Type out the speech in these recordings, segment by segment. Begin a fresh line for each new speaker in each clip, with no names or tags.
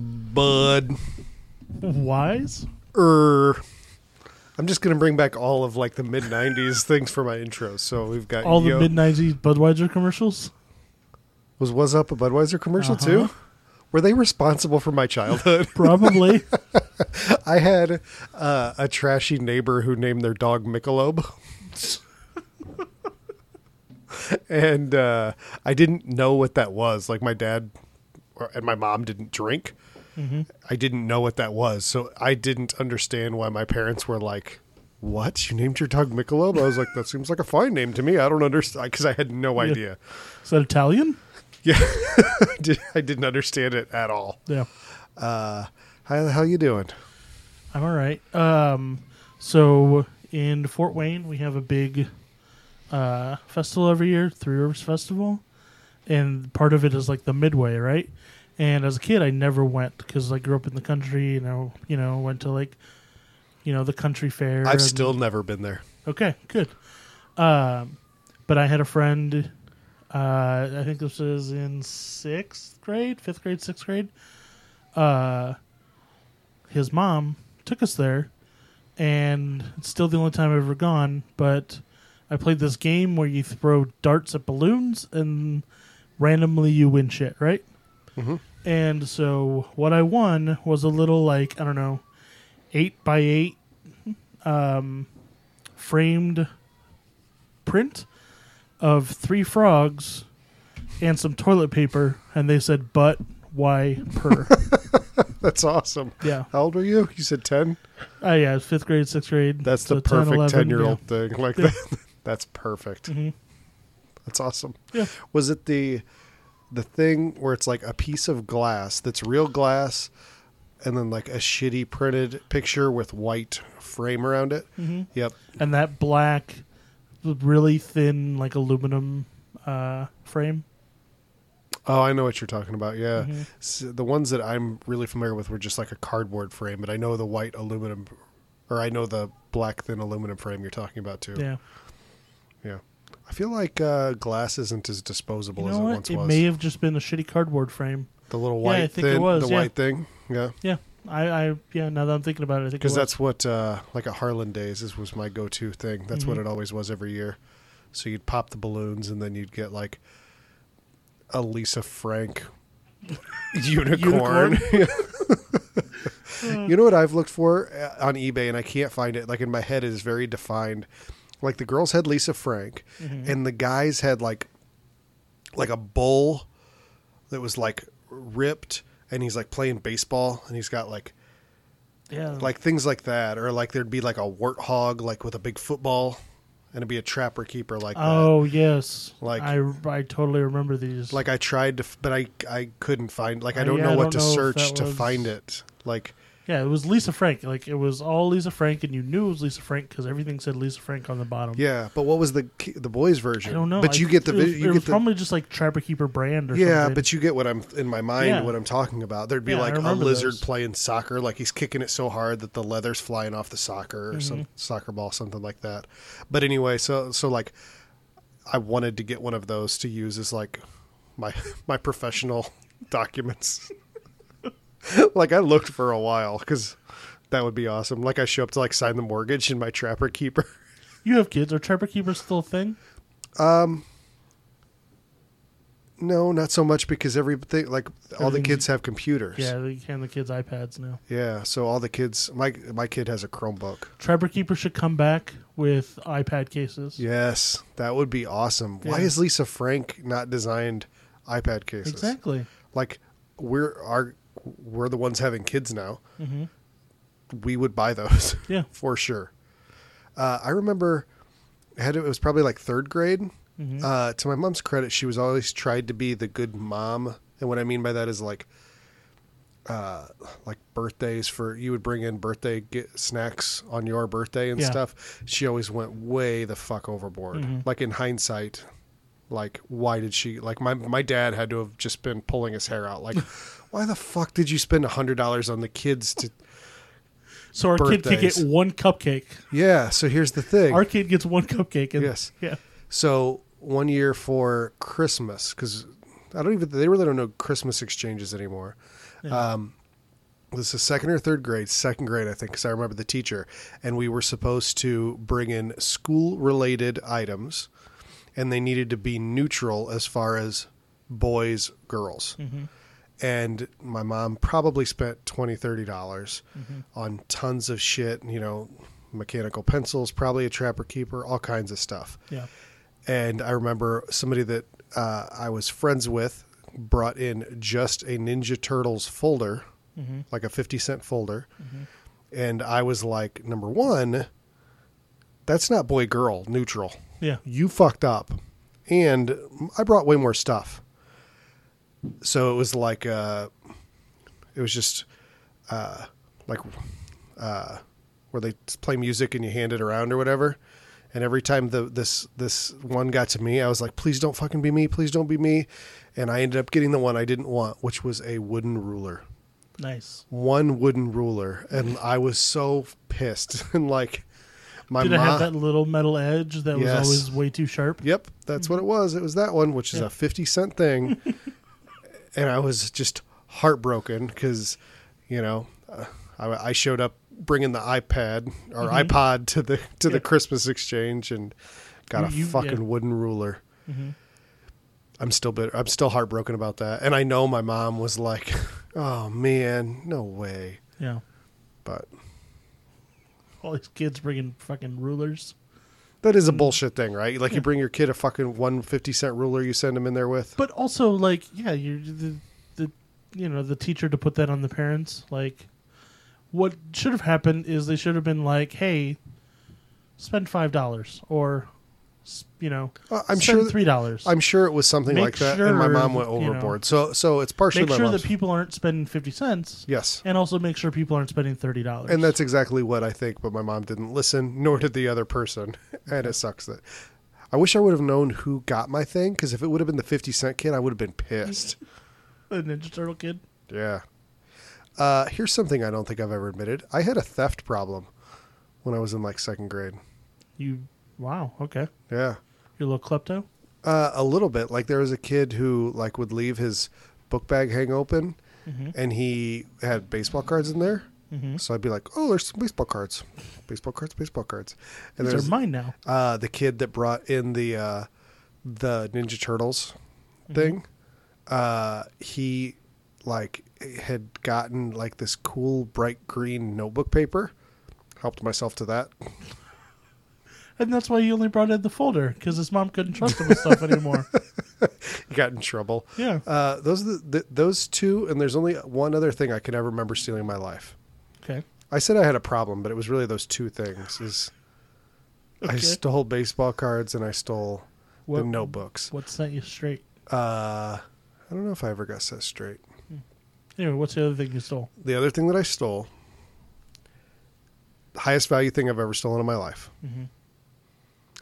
bud.
Wise?
Er, I'm just gonna bring back all of like the mid '90s things for my intro. So we've got
All the
yo-
mid 90s Budweiser commercials?
was was up a Budweiser commercial
Uh-huh.
too. Were they responsible for my childhood?
Probably.
I had uh, a trashy neighbor who named their dog Michelob. and uh, I didn't know what that was. Like my dad or, and my mom didn't drink. I didn't know what that was. So I didn't understand why my parents were like, what? You named your dog Michelob? I was like, that seems like a fine name to me. I don't understand. Because I had no
Yeah.
idea.
Is that Italian?
I did- I didn't understand it at all.
Yeah.
How the hell you doing?
I'm all right. Um, so in Fort Wayne, we have a big uh, festival every year, Three Rivers Festival, and part of it is like the midway, right? And as a kid, I never went because I grew up in the country, and I, you know, went to like, you know, the country fair.
I've
and-
still never been there.
Okay, good. Um, but I had a friend. Uh, I think this was in sixth grade, fifth grade, sixth grade. Uh, his mom took us there, and it's still the only time I've ever gone. But I played this game where you throw darts at balloons, and randomly you win shit, right? And so what I won was a little like I don't know, eight by eight framed print of three frogs and some toilet paper, and they said, "But why per?"
That's awesome.
yeah,
How old were you? You said 10?
oh yeah, it's fifth grade, sixth grade.
That's
so
the
10,
perfect
11,
10 year old thing. Like that. That's perfect.
Mm-hmm.
That's awesome.
Yeah.
Was it the the thing where it's like a piece of glass that's real glass and then like a shitty printed picture with white frame around it? Mm-hmm. Yep.
yeah. and that black, really thin, like aluminum uh, frame.
Oh, I know what you're talking about. Yeah.
Mm-hmm.
S- the ones that I'm really familiar with were just like a cardboard frame, but I know the white aluminum or I know the black thin aluminum frame you're talking about too.
Yeah,
Yeah. I feel like uh, glass isn't as disposable
you
as
know
it
what?
once
It
was.
may have just been a shitty cardboard frame.
The little
Yeah,
white
I think it
thin,
was,
the
yeah.
white thing. Yeah.
Yeah, I, I, yeah. Now that I'm thinking about it, I think it
Because
was.
that's what, uh, like at Harlan Days, this was my go to thing. That's what it always was every year. So you'd pop the balloons and then you'd get like a Lisa Frank unicorn. you know what I've looked for uh, on eBay and I can't find it? Like in my head, it is very defined. Like the girls had Lisa Frank and the guys had like like a bull that was like ripped and he's like playing baseball and he's got like
yeah,
Mm. like things like that, or like there'd be like a warthog, like with a big football, and it'd be a trapper keeper like that.
Oh yes,
Like-
I, I totally remember these.
Like I tried to, f- but I I couldn't find. Like
Uh,
I don't
yeah,
know
I
what
don't
to
know if
search
that
to
was-
find it. Like
Yeah, it was Lisa Frank. Like it was all Lisa Frank, and you knew it was Lisa Frank because everything said Lisa Frank on the bottom.
yeah, but what was the ki- the boys version?
I don't know.
But
I-
you get the
It was,
vi-
it
you
was
get the.
probably just like Trapper Keeper brand or
Yeah,
something.
but you get what I'm in my mind.
Yeah.
What I'm talking about. There'd be
Yeah, I
like a
remember
lizard
those.
playing soccer, like he's kicking it so hard that the leather's flying off the soccer or some
Mm-hmm.
soccer ball, something like that. But anyway, so so like, I wanted to get one of those to use as like my my professional documents. like I looked for a while because that would be awesome. Like I show up to like sign the mortgage in my trapper keeper.
you have kids. Are Trapper Keepers still a thing?
No, not so much because everything like all the
Everything's-
kids have computers.
Yeah, they hand the kids iPads now.
Yeah, so all the kids, my my kid has a Chromebook.
Trapper Keeper should come back with iPad cases.
Yes, that would be awesome. Why
Yeah.
is Lisa Frank not designed iPad cases?
exactly.
Like we're our we're the ones having kids now. We would buy those.
Mm-hmm. Yeah.
for sure. Uh, I remember I had it was probably like third grade. Uh, to my mom's credit, she was always tried to be the good mom, and what I mean by that is like, uh, like birthdays for you would bring in birthday get snacks on your birthday and
Yeah.
stuff. She always went way the fuck overboard. Like in hindsight, like why did she like my my dad had to have just been pulling his hair out. Like, why the fuck did you spend a hundred dollars on the kids to?
So our kid could
Birthdays.
get one cupcake.
Yeah. So here's the thing.
Our kid gets one cupcake. And,
Yes.
Yeah.
So one year for Christmas, because I don't even they really don't know Christmas exchanges anymore. Um, this is second or third grade, second grade, I think, because I remember the teacher, and we were supposed to bring in school related items, and they needed to be neutral as far as boys, girls. And my mom probably spent $20, $30 dollars on tons of shit, you know, mechanical pencils, probably a trapper keeper, all kinds of stuff
Yeah.
and I remember somebody that uh, I was friends with brought in just a Ninja Turtles folder, like a fifty cent folder, and I was like, number one, that's not boy girl neutral.
Yeah.
You fucked up, and I brought way more stuff. So it was like, uh, it was just uh, like uh, where they play music and you hand it around or whatever. And every time the this this one got to me, I was like, "Please don't fucking be me! Please don't be me!" And I ended up getting the one I didn't want, which was a wooden ruler,
Nice.
one wooden ruler, and I was so pissed and like my
Did
mom.
it have that little metal edge that
Yes.
was always way too sharp?
Yep, that's what it was. It was that one, which is
Mm-hmm. Yeah.
a 50 cent thing. and I was just heartbroken because, you know, uh, I, I showed up bringing the iPad or
Mm-hmm.
iPod to the to
Yeah.
the Christmas exchange and got a
You- you- yeah. Mm-hmm.
fucking wooden ruler. I'm still bitter. I'm still heartbroken about that. And I know my mom was like, "Oh man, no way."
Yeah.
But
All these kids bringing fucking rulers.
that
Mm-hmm.
is a bullshit thing, right? Like you bring your kid a fucking one fifty cent ruler you send him in there with.
But also, like, yeah, you're the, the you know the teacher to put that on the parents. Like, what should have happened is they should have been like, hey, spend five dollars or, s- you know,
Uh, I'm
spend
sure
three dollars.
I'm sure it was something
Make
like that, and my
sure,
mom went
you know,
overboard. so, so it's partially
Make
my
sure
mom's.
that people aren't spending fifty cents,
yes,
and also make sure people aren't spending thirty dollars.
and that's exactly what I think. But my mom didn't listen, nor did the other person, and it sucks that. I wish I would have known who got my thing because if it would have been the fifty cent kid, I would have been pissed.
the Ninja Turtle kid.
yeah. Uh, here's something I don't think I've ever admitted. I had a theft problem when I was in like second grade.
You wow, okay,
Yeah.
you're a little klepto.
Uh, a little bit. Like there was a kid who like would leave his book bag hang open,
Mm-hmm.
and he had baseball cards in there. So I'd be like, "Oh, there's some baseball cards, baseball cards, baseball cards." And
These
there's
are mine now.
uh, the kid that brought in the uh, the Ninja Turtles
Mm-hmm.
thing. Uh, he like had gotten like this cool bright green notebook paper. Helped myself to that.
And that's why he only brought in the folder because his mom couldn't trust him with stuff anymore.
Got in trouble.
Yeah.
Uh, those are the, th those two, and there's only one other thing I can ever remember stealing in my life.
Okay.
I said I had a problem, but it was really those two things: is I
Okay.
stole baseball cards and I stole the
What-
notebooks.
What sent you straight?
Uh, I don't know if I ever got set straight.
Anyway, what's the other thing you stole?
The other thing that I stole, the highest value thing I've ever stolen in my life,
Mhm.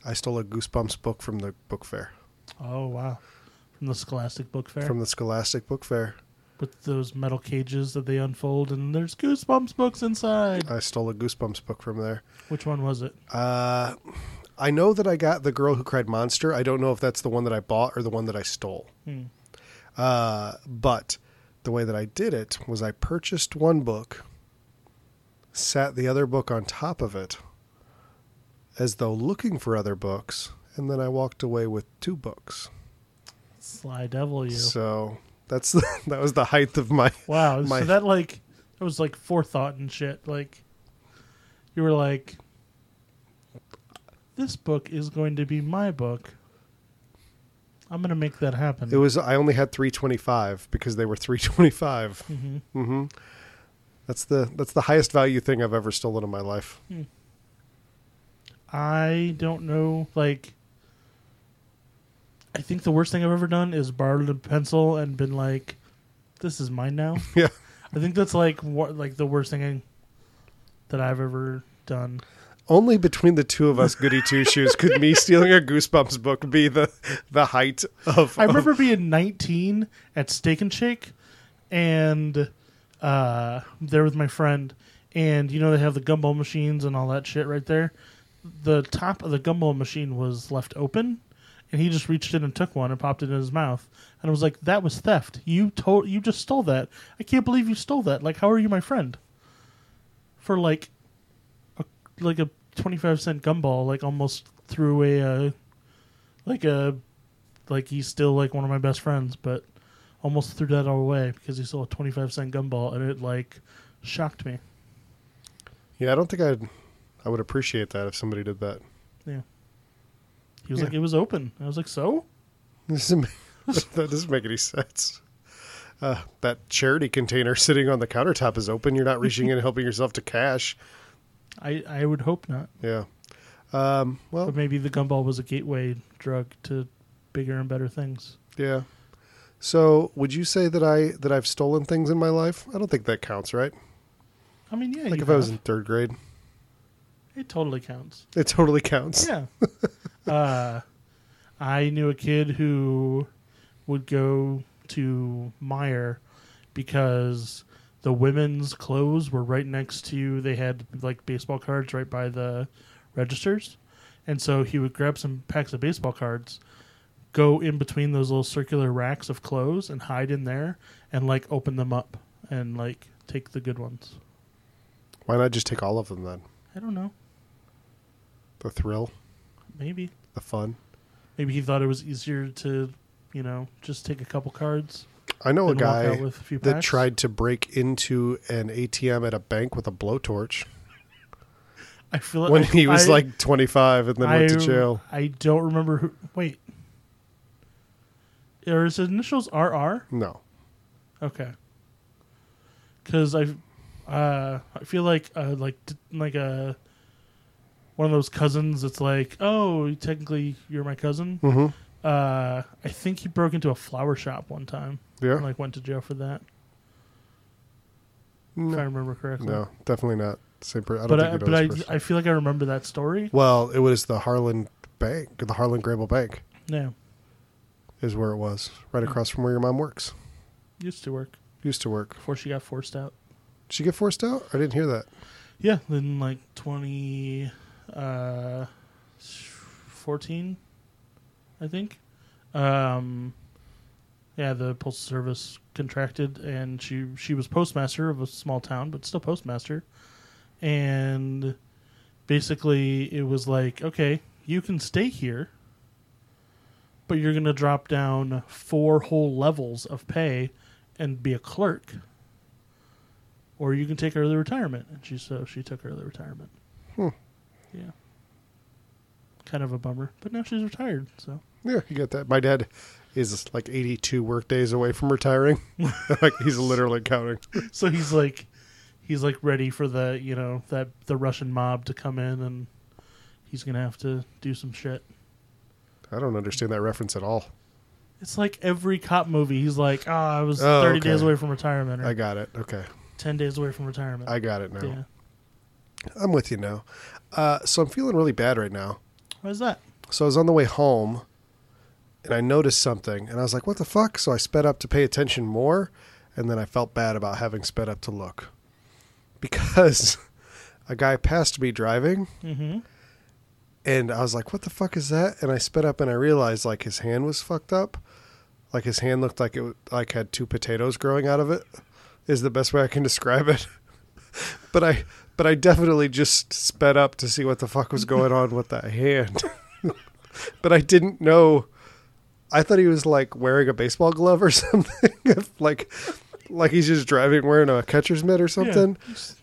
I stole a Goosebumps book from the book fair,
Oh wow, from the Scholastic Book Fair
from the Scholastic Book Fair.
with those metal cages that they unfold, and there's Goosebumps books inside.
I stole a Goosebumps book from there.
Which one was it?
Uh, I know that I got the girl who cried monster. I don't know if that's the one that I bought or the one that I stole.
Hmm.
Uh, but the way that I did it was I purchased one book, sat the other book on top of it, as though looking for other books, and then I walked away with two books.
Sly Devil, you.
So that's that was the height of my
wow.
my-
So that like that was like forethought and shit. Like you were like, this book is going to be my book. I'm gonna make that happen.
It was I only had 325 because they were 325.
Mhm.
hmm That's the that's the highest value thing I've ever stolen in my life.
I don't know. Like, I think the worst thing I've ever done is borrowed a pencil and been like, "This is mine now."
Yeah.
I think that's like what like the worst thing I, that I've ever done.
Only between the two of us, goody two shoes, could me stealing a Goosebumps book be the the height of.
I remember being 19 at Steak and Shake, and uh, there with my friend, and you know they have the gumball machines and all that shit right there. The top of the gumball machine was left open, and he just reached in and took one and popped it in his mouth. And I was like, "That was theft. You to- you just stole that. I can't believe you stole that. Like, how are you my friend?" For like, a, like a twenty-five cent gumball, like almost threw a, uh, like a, like he's still like one of my best friends, but almost threw that all away because he stole a twenty-five cent gumball, and it like shocked me.
Yeah, I don't think I'd. I would appreciate that if somebody did that.
He was
Yeah.
like, "It was open." I was like, "So."
This is, that doesn't make any sense. Uh, that charity container sitting on the countertop is open. You're not reaching in and helping yourself to cash.
I, I would hope not.
Yeah. Um, well,
But maybe the gumball was a gateway drug to bigger and better things.
yeah. So, would you say that I that I've stolen things in my life? I don't think that counts, right?
I mean, yeah,
Like
you
if I was
have.
in third grade,
it totally counts.
it totally counts.
Yeah. uh, I knew a kid who would go to Meyer because the women's clothes were right next to they had like baseball cards right by the registers. And so he would grab some packs of baseball cards, go in between those little circular racks of clothes and hide in there and like open them up and like take the good ones.
Why not just take all of them then?
I don't know.
The thrill,
Maybe.
the fun.
Maybe he thought it was easier to, you know, just take a couple cards.
I know a
and walk out
guy
with a few
that
packs.
tried to break into an ATM at a bank with a blowtorch
I feel
when he was
I-
like 25 and then went to jail.
I don't remember who. Wait, are his initials RR?
No.
Okay, because I, uh, I feel like uh, like t- like a one of those cousins. It's like, oh, technically you're my cousin.
Mhm.
Uh, I think he broke into a flower shop one time
Yeah.
and like went to jail for that. If I
no.
remember correctly.
No, definitely not. Same person. I don't
but
think
I,
it
but
was
I,
person.
I feel like I remember that story.
Well, it was the Harlan Bank, the Harlan Grable Bank
No,
is where it was, right
Mm.
across from where your mom works.
used to work
Used to work.
before she got forced out.
Did she get forced out? I didn't hear that.
Yeah, then like 2014, uh, 14, I think. Um, yeah, the postal service contracted, and she she was postmaster of a small town, but still postmaster. And basically, it was like, okay, you can stay here, but you're gonna drop down four whole levels of pay and be a clerk or you can take early retirement. And she so she took early retirement.
Hmm.
Yeah. Kind of a bummer, but now she's retired. So
Yeah, you get that. My dad is like 82 work days away from retiring. like he's literally counting.
so he's like, he's like ready for the you know that the Russian mob to come in and he's gonna have to do some shit.
I don't understand that reference at all.
It's like every cop movie. He's like, oh, I was
Oh,
thirty
okay.
days away from retirement, or
I got it. Okay.
ten days away from retirement.
I got it now.
yeah.
I'm with you now. Uh, so I'm feeling really bad right now.
Why's that?
So I was on the way home and I noticed something and I was like, what the fuck? So I sped up to pay attention more and then I felt bad about having sped up to look because a guy passed me driving
Mm-hmm.
and I was like, what the fuck is that? And I sped up and I realized like his hand was fucked up. Like his hand looked like it w- like had two potatoes growing out of it is the best way I can describe it. but I but I definitely just sped up to see what the fuck was going on with that hand. but I didn't know I thought he was like wearing a baseball glove or something. like like he's just driving wearing a catcher's mitt or something.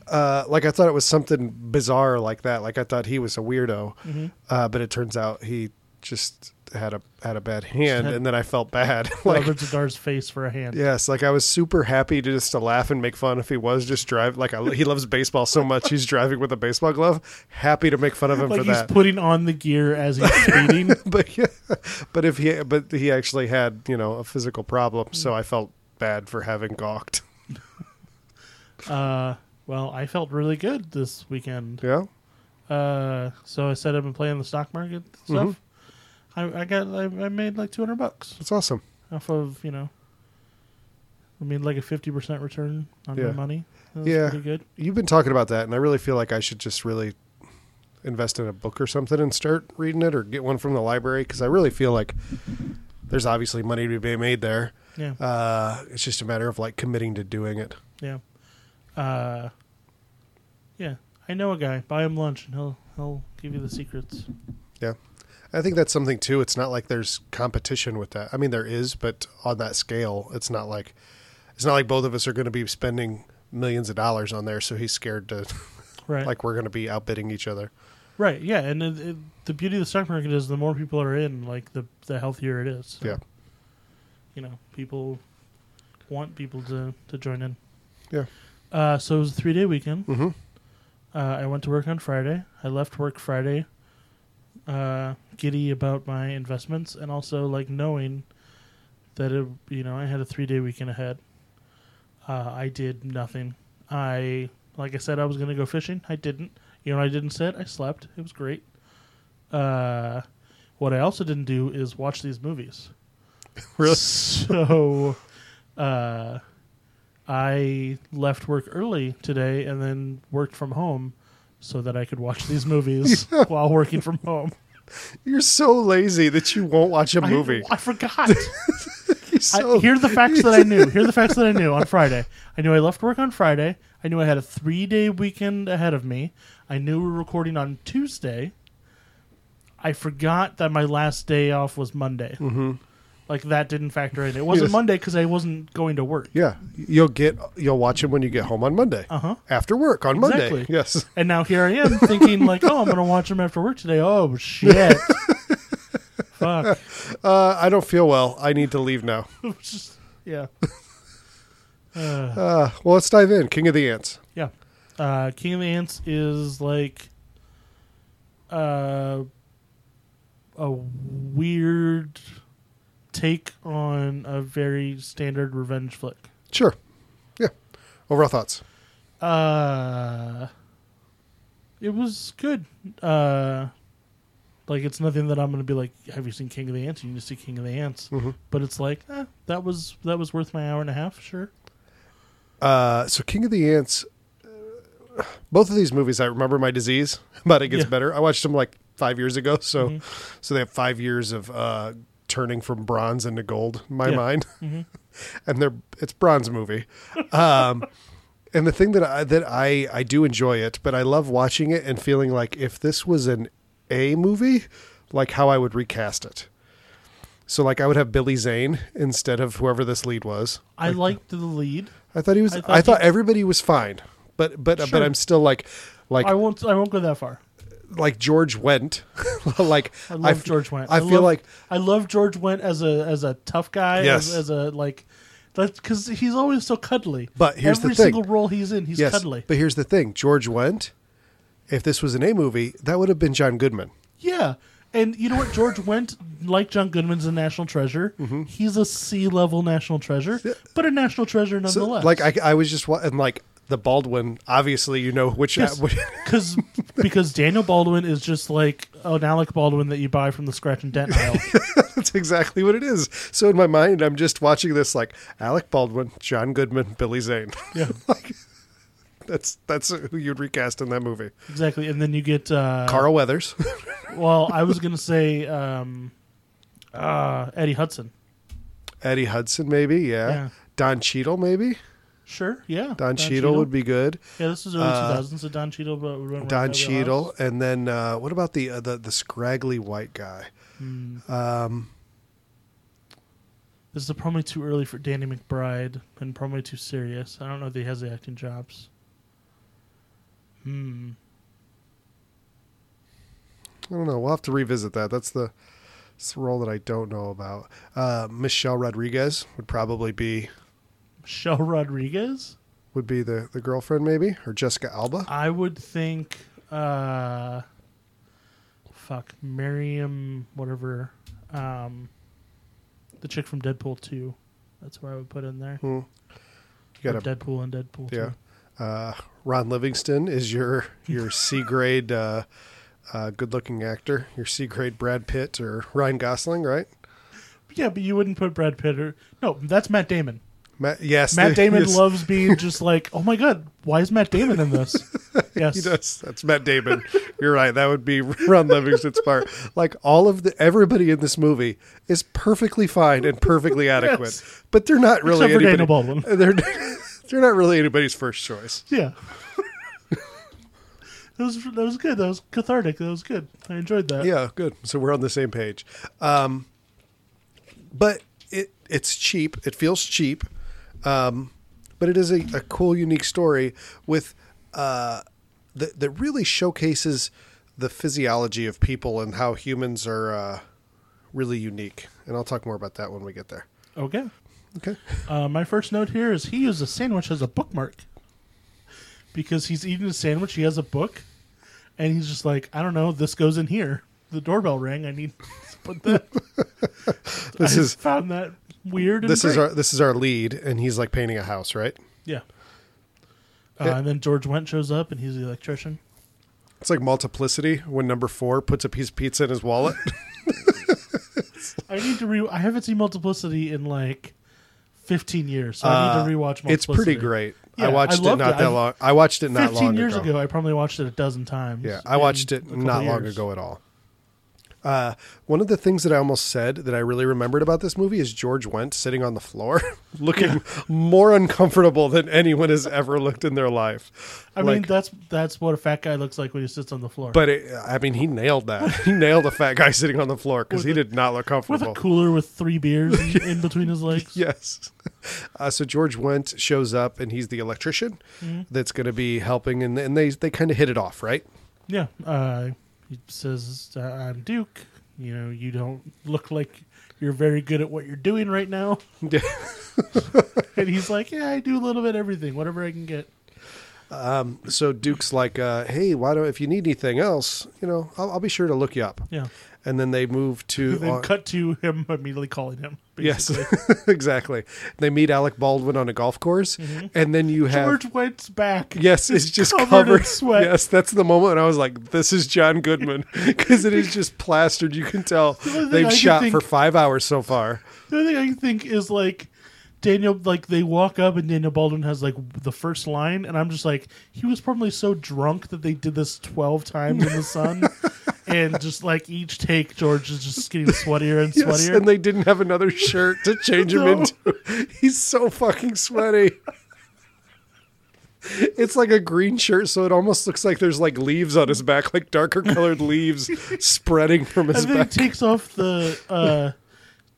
Uh, like I thought it was something bizarre like that. Like I thought he was a weirdo,
Mhm.
uh, but it turns out he just had a had a bad hand,
had-
and then I felt bad.
Like,
like
Robert Zadar's face for a hand.
yes, like I was super happy to just to laugh and make fun if he was just driving. Like I, he loves baseball so much, he's driving with a baseball glove. Happy to make fun of him
like
for
he's
that.
putting on the gear as he's speeding.
but yeah, but if he but he actually had you know a physical problem, so
Mm.
I felt bad for having gawked.
Uh, well, I felt really good this weekend.
Yeah,
Uh, so I said I've been playing the stock market stuff.
Mm-hmm.
I, I got I, I made like two hundred bucks
that's awesome.
off of you know. I mean, like a fifty percent return on
Yeah.
my money. That was
Yeah.
pretty good.
You've been talking about that, and I really feel like I should just really invest in a book or something and start reading it, or get one from the library because I really feel like there's obviously money to be made there.
Yeah.
Uh, it's just a matter of like committing to doing it.
Yeah. Uh, yeah. I know a guy. Buy him lunch, and he'll he'll give you the secrets.
Yeah. I think that's something too. It's not like there's competition with that. I mean, there is, but on that scale, it's not like it's not like both of us are going to be spending millions of dollars on there. So he's scared to
Right.
like we're going to be outbidding each other.
right. Yeah. And it, it- the beauty of the stock market is the more people are in, like the the healthier it is. So,
Yeah.
You know, people want people to to join in.
Yeah.
Uh, so it was a three day weekend.
Mm-hmm.
Uh, I went to work on Friday. I left work Friday, uh, giddy about my investments and also like knowing that it, you know I had a three day weekend ahead. Uh, I did nothing. I like I said I was gonna go fishing. I didn't. You know what I didn't sit. I slept. It was great. Uh, what I also didn't do is watch these movies.
Really?
So, uh, I left work early today and then worked from home so that I could watch these movies while working from home.
You're so lazy that you won't watch a
I-
movie.
I, forgot.
You're
I,
so-
here are the facts that I knew. Here are the facts that I knew on Friday. I knew I left work on Friday. I knew I had a three day weekend ahead of me. I knew we were recording on Tuesday. I forgot that my last day off was Monday. Mm-hmm. Like that didn't factor in. It wasn't
Yes.
Monday because I wasn't going to work.
yeah, you'll get you'll watch it when you get home on Monday.
Uh huh.
After work on Monday.
Exactly.
Yes.
And now here I am thinking like, oh, I'm gonna watch them after work today. Oh shit. Fuck.
Uh, I don't feel well. I need to leave now.
It was Just, yeah. Uh,
Uh, well, let's dive in. King of the Ants.
yeah. Uh, King of the Ants is like uh, a weird take on a very standard revenge flick.
Sure. Yeah. Overall thoughts.
Uh, it was good. Uh, like it's nothing that I'm gonna be like, have you seen King of the Ants? You need to see King of the Ants.
Mhm.
But it's like, eh, that was that was worth my hour and a half. Sure.
Uh, so King of the Ants. uh, Both of these movies, I remember my disease, but it gets
Yeah. Mm-hmm.
better. I watched them like five years ago, so so they have five years of uh, turning from bronze into gold in my
Yeah.
mind,
Mhm.
and they're it's bronze movie. Um, and the thing that I that I I do enjoy it, but I love watching it and feeling like if this was an A movie, like how I would recast it. So like I would have Billy Zane instead of whoever this lead was.
I liked the lead.
I thought he was. I
I
thought,
thought
everybody was fine, but but
Sure.
but I'm still like, like
I won't. I won't go that far.
like George Went, like
I love
f-
George Wendt.
I,
I
feel
love-
like
I love George Went as a as a tough guy.
Yes.
As, as a like, that's because he's always so cuddly.
But here's the
every
thing.
single role he's in, he's
yes.
cuddly.
But here's the thing, George Went. If this was an A movie, that would have been John Goodman.
Yeah. And you know what? George Wendt, like John Goodman's a national treasure.
Mm-hmm.
He's a sea level national treasure, but a national treasure
So,
nonetheless.
like I, I was just wa- and like the Baldwin. Obviously, you know which.
Yes.
which-
Cause, because Daniel Baldwin is just like an Alec Baldwin that you buy from the scratch and dent aisle.
that's exactly what it is. So in my mind, I'm just watching this like Alec Baldwin, John Goodman, Billy Zane.
yeah,
that's that's who you'd recast in that movie.
exactly. And then you get uh,
Carl Weathers.
Well, I was gonna say um, uh, Eddie Hudson.
Eddie Hudson, maybe. Yeah.
Yeah.
Don Cheadle, maybe.
Sure, yeah.
Don, Cheadle, would be good.
Yeah, this is early
uh,
2000s, so Don Cheadle. But would run
Don
around
Cheadle, and then uh, what about the, uh, the the scraggly white guy?
Hmm.
Um,
This is probably too early for Danny McBride, and probably too serious. I don't know if he has the acting jobs. Hmm.
I don't know. We'll have to revisit that. That's the, that's the role that I don't know about. Uh, Michelle Rodriguez would probably be
Michelle Rodriguez.
would be the, the girlfriend, maybe, or Jessica Alba.
I would think. uh Fuck, Miriam, whatever. Um, the chick from Deadpool 2. That's where I would put in there.
Hmm. You
Or
got a,
Deadpool and Deadpool 2.
yeah. Uh, Ron Livingston is your your C grade uh, uh, good looking actor. Your C grade Brad Pitt or Ryan Gosling, right?
Yeah, but you wouldn't put Brad Pitt or no, that's Matt Damon.
Matt, yes,
Matt
the-
Damon
yes,
loves being just like, oh my god, why is Matt Damon in this? Yes,
He does. That's Matt Damon. You're right. That would be Ron Livingston's part. Like all of the everybody in this movie is perfectly fine and perfectly adequate,
Yes.
but they're not really
Except for Dana
anybody-
Baldwin.
They're they're not really anybody's first choice.
yeah. that was that was good. That was cathartic. That was good. I enjoyed that.
Yeah, good. So we're on the same page. Um, but it it's cheap. It feels cheap. Um, but it is a, a cool, unique story with uh, that that really showcases the physiology of people and how humans are uh, really unique. And I'll talk more about that when we get there.
Okay.
Okay.
Uh, my first note here is he used a sandwich as a bookmark because he's eating a sandwich. He has a book, and he's just like, I don't know. This goes in here. The doorbell rang. I need to put that.
This
I
is
found that weird. And
this is
great.
our this is our lead, and he's like painting a house, right?
yeah. Uh,
Yeah.
and then George Wendt shows up, and he's the electrician.
It's like multiplicity when number four puts a piece of pizza in his wallet.
I need to re. I haven't seen Multiplicity in like fifteen years, so I need to rewatch. Multiplicity.
Uh, It's pretty great.
Yeah,
I
I
watched it
loved
not
it.
that
I-
long. I watched it not
Fifteen
long
years ago.
ago.
I probably watched it a dozen times.
Yeah, I
in
watched
a
it
couple
not long
years.
ago at all. Uh, one of the things that I almost said that I really remembered about this movie is George Wendt sitting on the floor, looking more uncomfortable than anyone has ever looked in their life.
I mean,
Like,
that's that's what a fat guy looks like when he sits on the floor.
but it, I mean, he nailed that. He nailed a fat guy sitting on the floor because
With
he
a-
did not look
with a
comfortable.
cooler with three beers in, in between his legs.
Yes. Uh, so George Wendt shows up and he's the electrician
Mm-hmm.
that's going to be helping, and, and they they kind of hit it off, right?
Yeah. Uh, he says, uh, "I'm Duke. You know, you don't look like you're very good at what you're doing right now." And he's like, "Yeah, I do a little bit of everything, whatever I can get."
so Duke's like, uh, "Hey, why don't if you need anything else, you know, I'll, I'll be sure to look you up."
Yeah.
And then they move to
Then
uh,
cut to him immediately calling him.
yes,
basically. Mm-hmm.
exactly. They meet Alec Baldwin on a golf course, and then you have
George Wendt's back.
yes, it's
is
just
covered
covered,
in sweat.
Yes, that's the moment I was like, "This is John Goodman," because it is just plastered. You can tell
only thing I
they've
can
shot
think-
for five hours so far.
The only thing I can think is like Daniel, like they walk up and Daniel Baldwin has like the first line, and I'm just like, he was probably so drunk that they did this 12 times in the sun, and just like each take, George is just getting sweatier and
Yes,
sweatier.
and they didn't have another shirt to change him
No.
into. He's so fucking sweaty. It's like a green shirt, so it almost looks like there's like leaves on his back, like darker colored leaves spreading from his
and then he
back.
takes off the uh,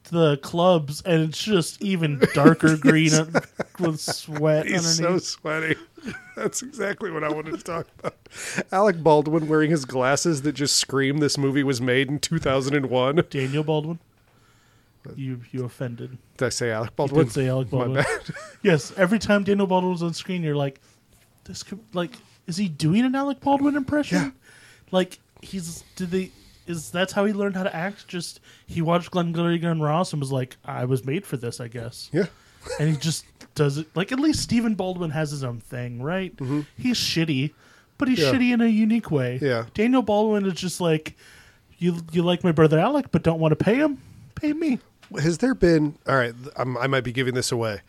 the clubs, and it's just even darker green un- with sweat
He's so
underneath.
sweaty. That's exactly what I wanted to talk about. Alec Baldwin wearing his glasses that just scream this movie was made in 2001. Did
Daniel Baldwin, you you offended.
I say Alec
I
Baldwin?
did say Alec
My
Baldwin.
bad.
Yes, every time Daniel Baldwin's on screen, you're like, this could like, is he doing an Alec Baldwin impression?
Yeah.
Like he's did they is that's how he learned how to act? Just he watched Glenn Gunn Ross and was like, I was made for this, I guess.
Yeah.
And he just does it. Like at least Stephen Baldwin has his own thing, right? He's shitty, but he's
Mm-hmm. Yeah.
shitty in a unique way.
Yeah.
Daniel Baldwin is just like, you you like my brother Alec, but don't want to pay him. Pay me.
has there been all right th- I'm, i might be giving this away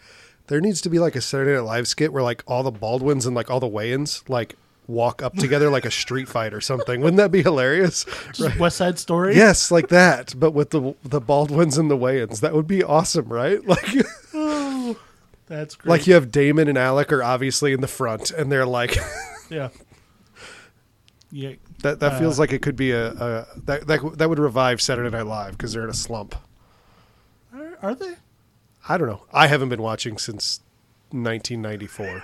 there needs to be like a saturday night live skit where like all the baldwins and like all the wayans like walk up together like a street fight or something wouldn't that be hilarious
Just West Side Story.
yes like that but with the the baldwins and the wayans that would be awesome right like
that's great.
like you have damon and alec are obviously in the front and they're like
Yeah. Yeah.
that that feels like it could be a, a that, that that would revive saturday night live because they're in a slump
Are, are they?
i don't know i haven't been watching since 1994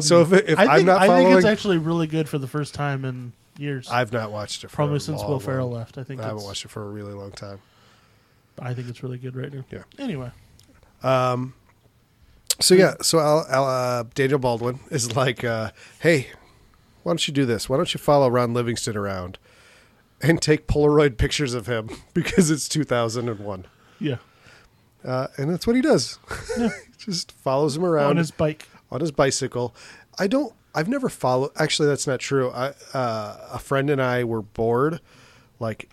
so if, if
Um, I think,
I'm not
I
following,
think it's actually really good for the first time in years.
I've not watched it for
Probably
a
since
long,
Will Ferrell
long-
left. I think
I haven't
it's-
watched it for a really long time.
I think it's really good right now.
Yeah.
Anyway,
So yeah, so I'll, I'll, uh, Daniel Baldwin is like, uh, "Hey, why don't you do this? Why don't you follow Ron Livingston around and take Polaroid pictures of him because it's 2001?"
yeah.
Uh, and that's what he does. Just follows him around
On his bike.
on his bicycle. I don't. I've never followed. Actually, that's not true. I, uh, a friend and I were bored, like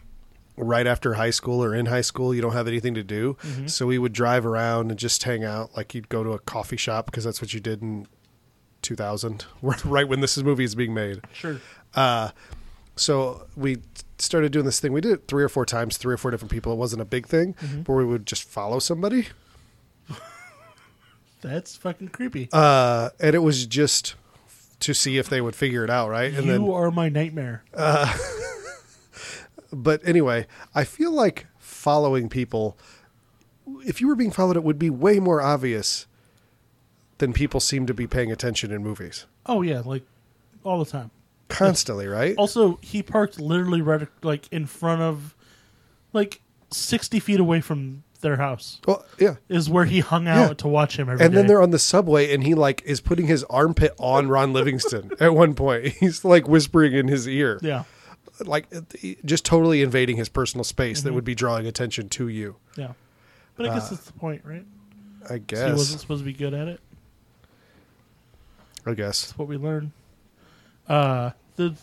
right after high school or in high school, you don't have anything to do. So we would drive around and just hang out. Like you'd go to a coffee shop because that's what you did in 2000, right when this movie is being made.
Sure.
So we started doing this thing. We did it three or four times, three or four different people. It wasn't a big thing, but we would just follow somebody.
That's fucking creepy.
Uh, and it was just to see if they would figure it out, right? And
you
then Uh,
are my nightmare.
but anyway, I feel like following people, if you were being followed, it would be way more obvious than people seem to be paying attention in movies
oh yeah, like all the time.
constantly, right?
Also, he parked literally right like in front of, like sixty feet away from their house
Well, yeah.
is where he hung out
Yeah.
to watch him every day.
And then they're on the subway, and he like is putting his armpit on Ron Livingston at one point. He's like whispering in his ear,
yeah,
like just totally invading his personal space
Mm-hmm.
that would be drawing attention to you.
yeah. But I guess
Uh,
that's the point, right?
I
He wasn't
guess.
supposed to be good at it.
I guess.
That's what we learn. Uh, the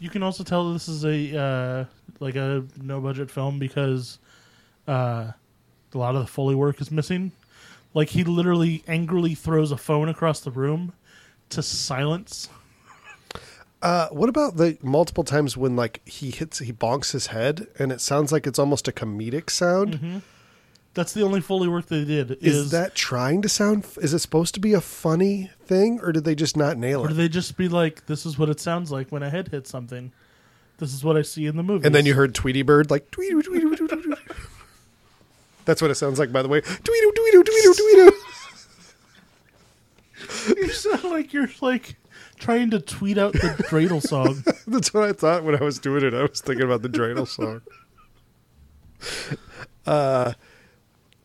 you can also tell this is a uh, like a no budget film because uh, a lot of the foley work is missing. Like he literally angrily throws a phone across the room to silence.
Uh, what about the multiple times when like he hits, he bonks his head, and it sounds like it's almost a comedic sound?
That's the only foley work they did. Is,
Is, that trying to sound? Is it supposed to be a funny thing, or did they just not nail
or
it?
do they just be like, "This is what it sounds like when a head hits something"? This is what I see in the movie.
and then you heard Tweety Bird like tweedo tweedo tweedo. tweedo. That's what it sounds like, by the way. Tweedo tweedo tweedo tweedo.
you sound like you're like trying to tweet out the dreidel song.
That's what I thought when I was doing it. I was thinking about the dreidel song. Uh,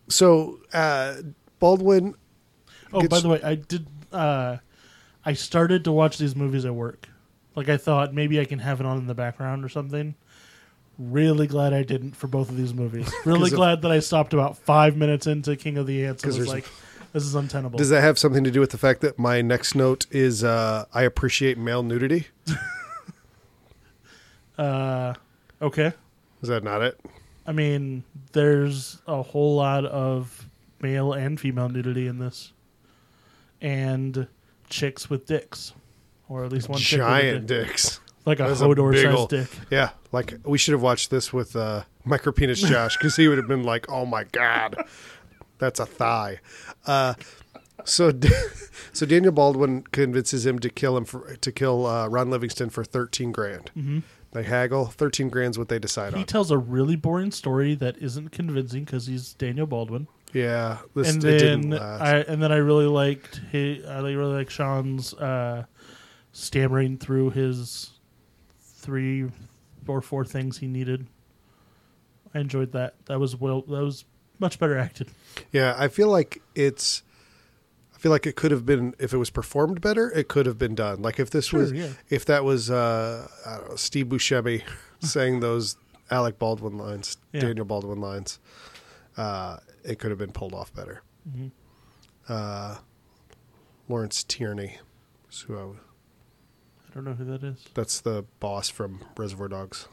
so uh, Baldwin.
Oh,
gets-
by the way, I did. Uh, I started to watch these movies at work. Like I thought maybe I can have it on in the background or something. Really glad I didn't for both of these movies. Really
'Cause of-
glad that I stopped about five minutes into King of the Ants and
'Cause
was
there's-
like, "This is untenable."
Does that have something to do with the fact that my next note is uh, I appreciate male nudity?
uh, okay,
Is that not it?
I mean, there's a whole lot of male and female nudity in this, and chicks with dicks, or at least one chick with a
Giant dicks.
dick. like a
That's a big
Hodor-sized
ol-
dick.
Yeah, like we should have watched this with uh, micropenis Josh because he would have been like, "Oh my god, that's a thigh." Uh, so, so Daniel Baldwin convinces him to kill him for, to kill uh, Ron Livingston for thirteen grand.
Mm-hmm.
They haggle. Thirteen grand's what they decide
He
on.
tells a really boring story that isn't convincing because he's Daniel Baldwin.
yeah, this
and
it didn't
then
last.
I and then I really liked his, I really like Sean's uh, stammering through his three or four things he needed. I enjoyed that. That was well. That was much better acted.
yeah, I feel like it's. I feel like it could have been if it was performed better. It could have been done. Like if this
Sure,
was,
yeah.
if that was uh, I don't know, Steve Buscemi saying those Alec Baldwin lines,
Yeah.
Daniel Baldwin lines, uh, it could have been pulled off better.
Mm-hmm.
Uh, Lawrence Tierney, is who I,
I don't know who that is.
that's the boss from Reservoir Dogs.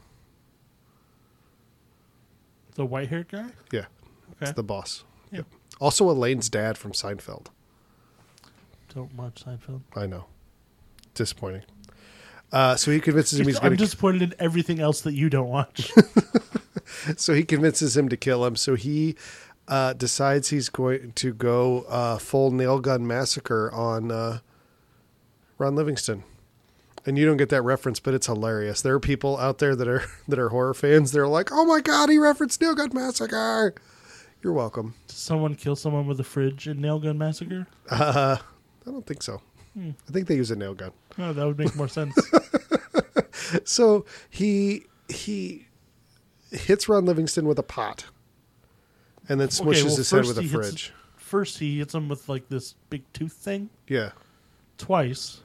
The white haired guy.
Yeah, it's
Okay.
the boss.
Yeah.
Also, Elaine's dad from Seinfeld.
Don't watch Seinfeld.
I know, disappointing. Uh, so he convinces him he's going
I'm
to
disappointed in everything else that you don't watch.
so he convinces him to kill him. So he uh, decides he's going to go uh, full nail gun massacre on uh, Ron Livingston. And you don't get that reference, but it's hilarious. There are people out there that are that are horror fans. They're like, "Oh my god, he referenced Nail Gun Massacre." You're welcome.
Did someone kill someone with a fridge in Nail Gun Massacre?
I don't think so. I think they use a nail gun.
No, Oh, that would make more sense.
So he he hits Ron Livingston with a pot, and then smushes
well,
his head
first
with a
he hits-
fridge.
first he hits him with like this big tooth thing
Yeah.
twice,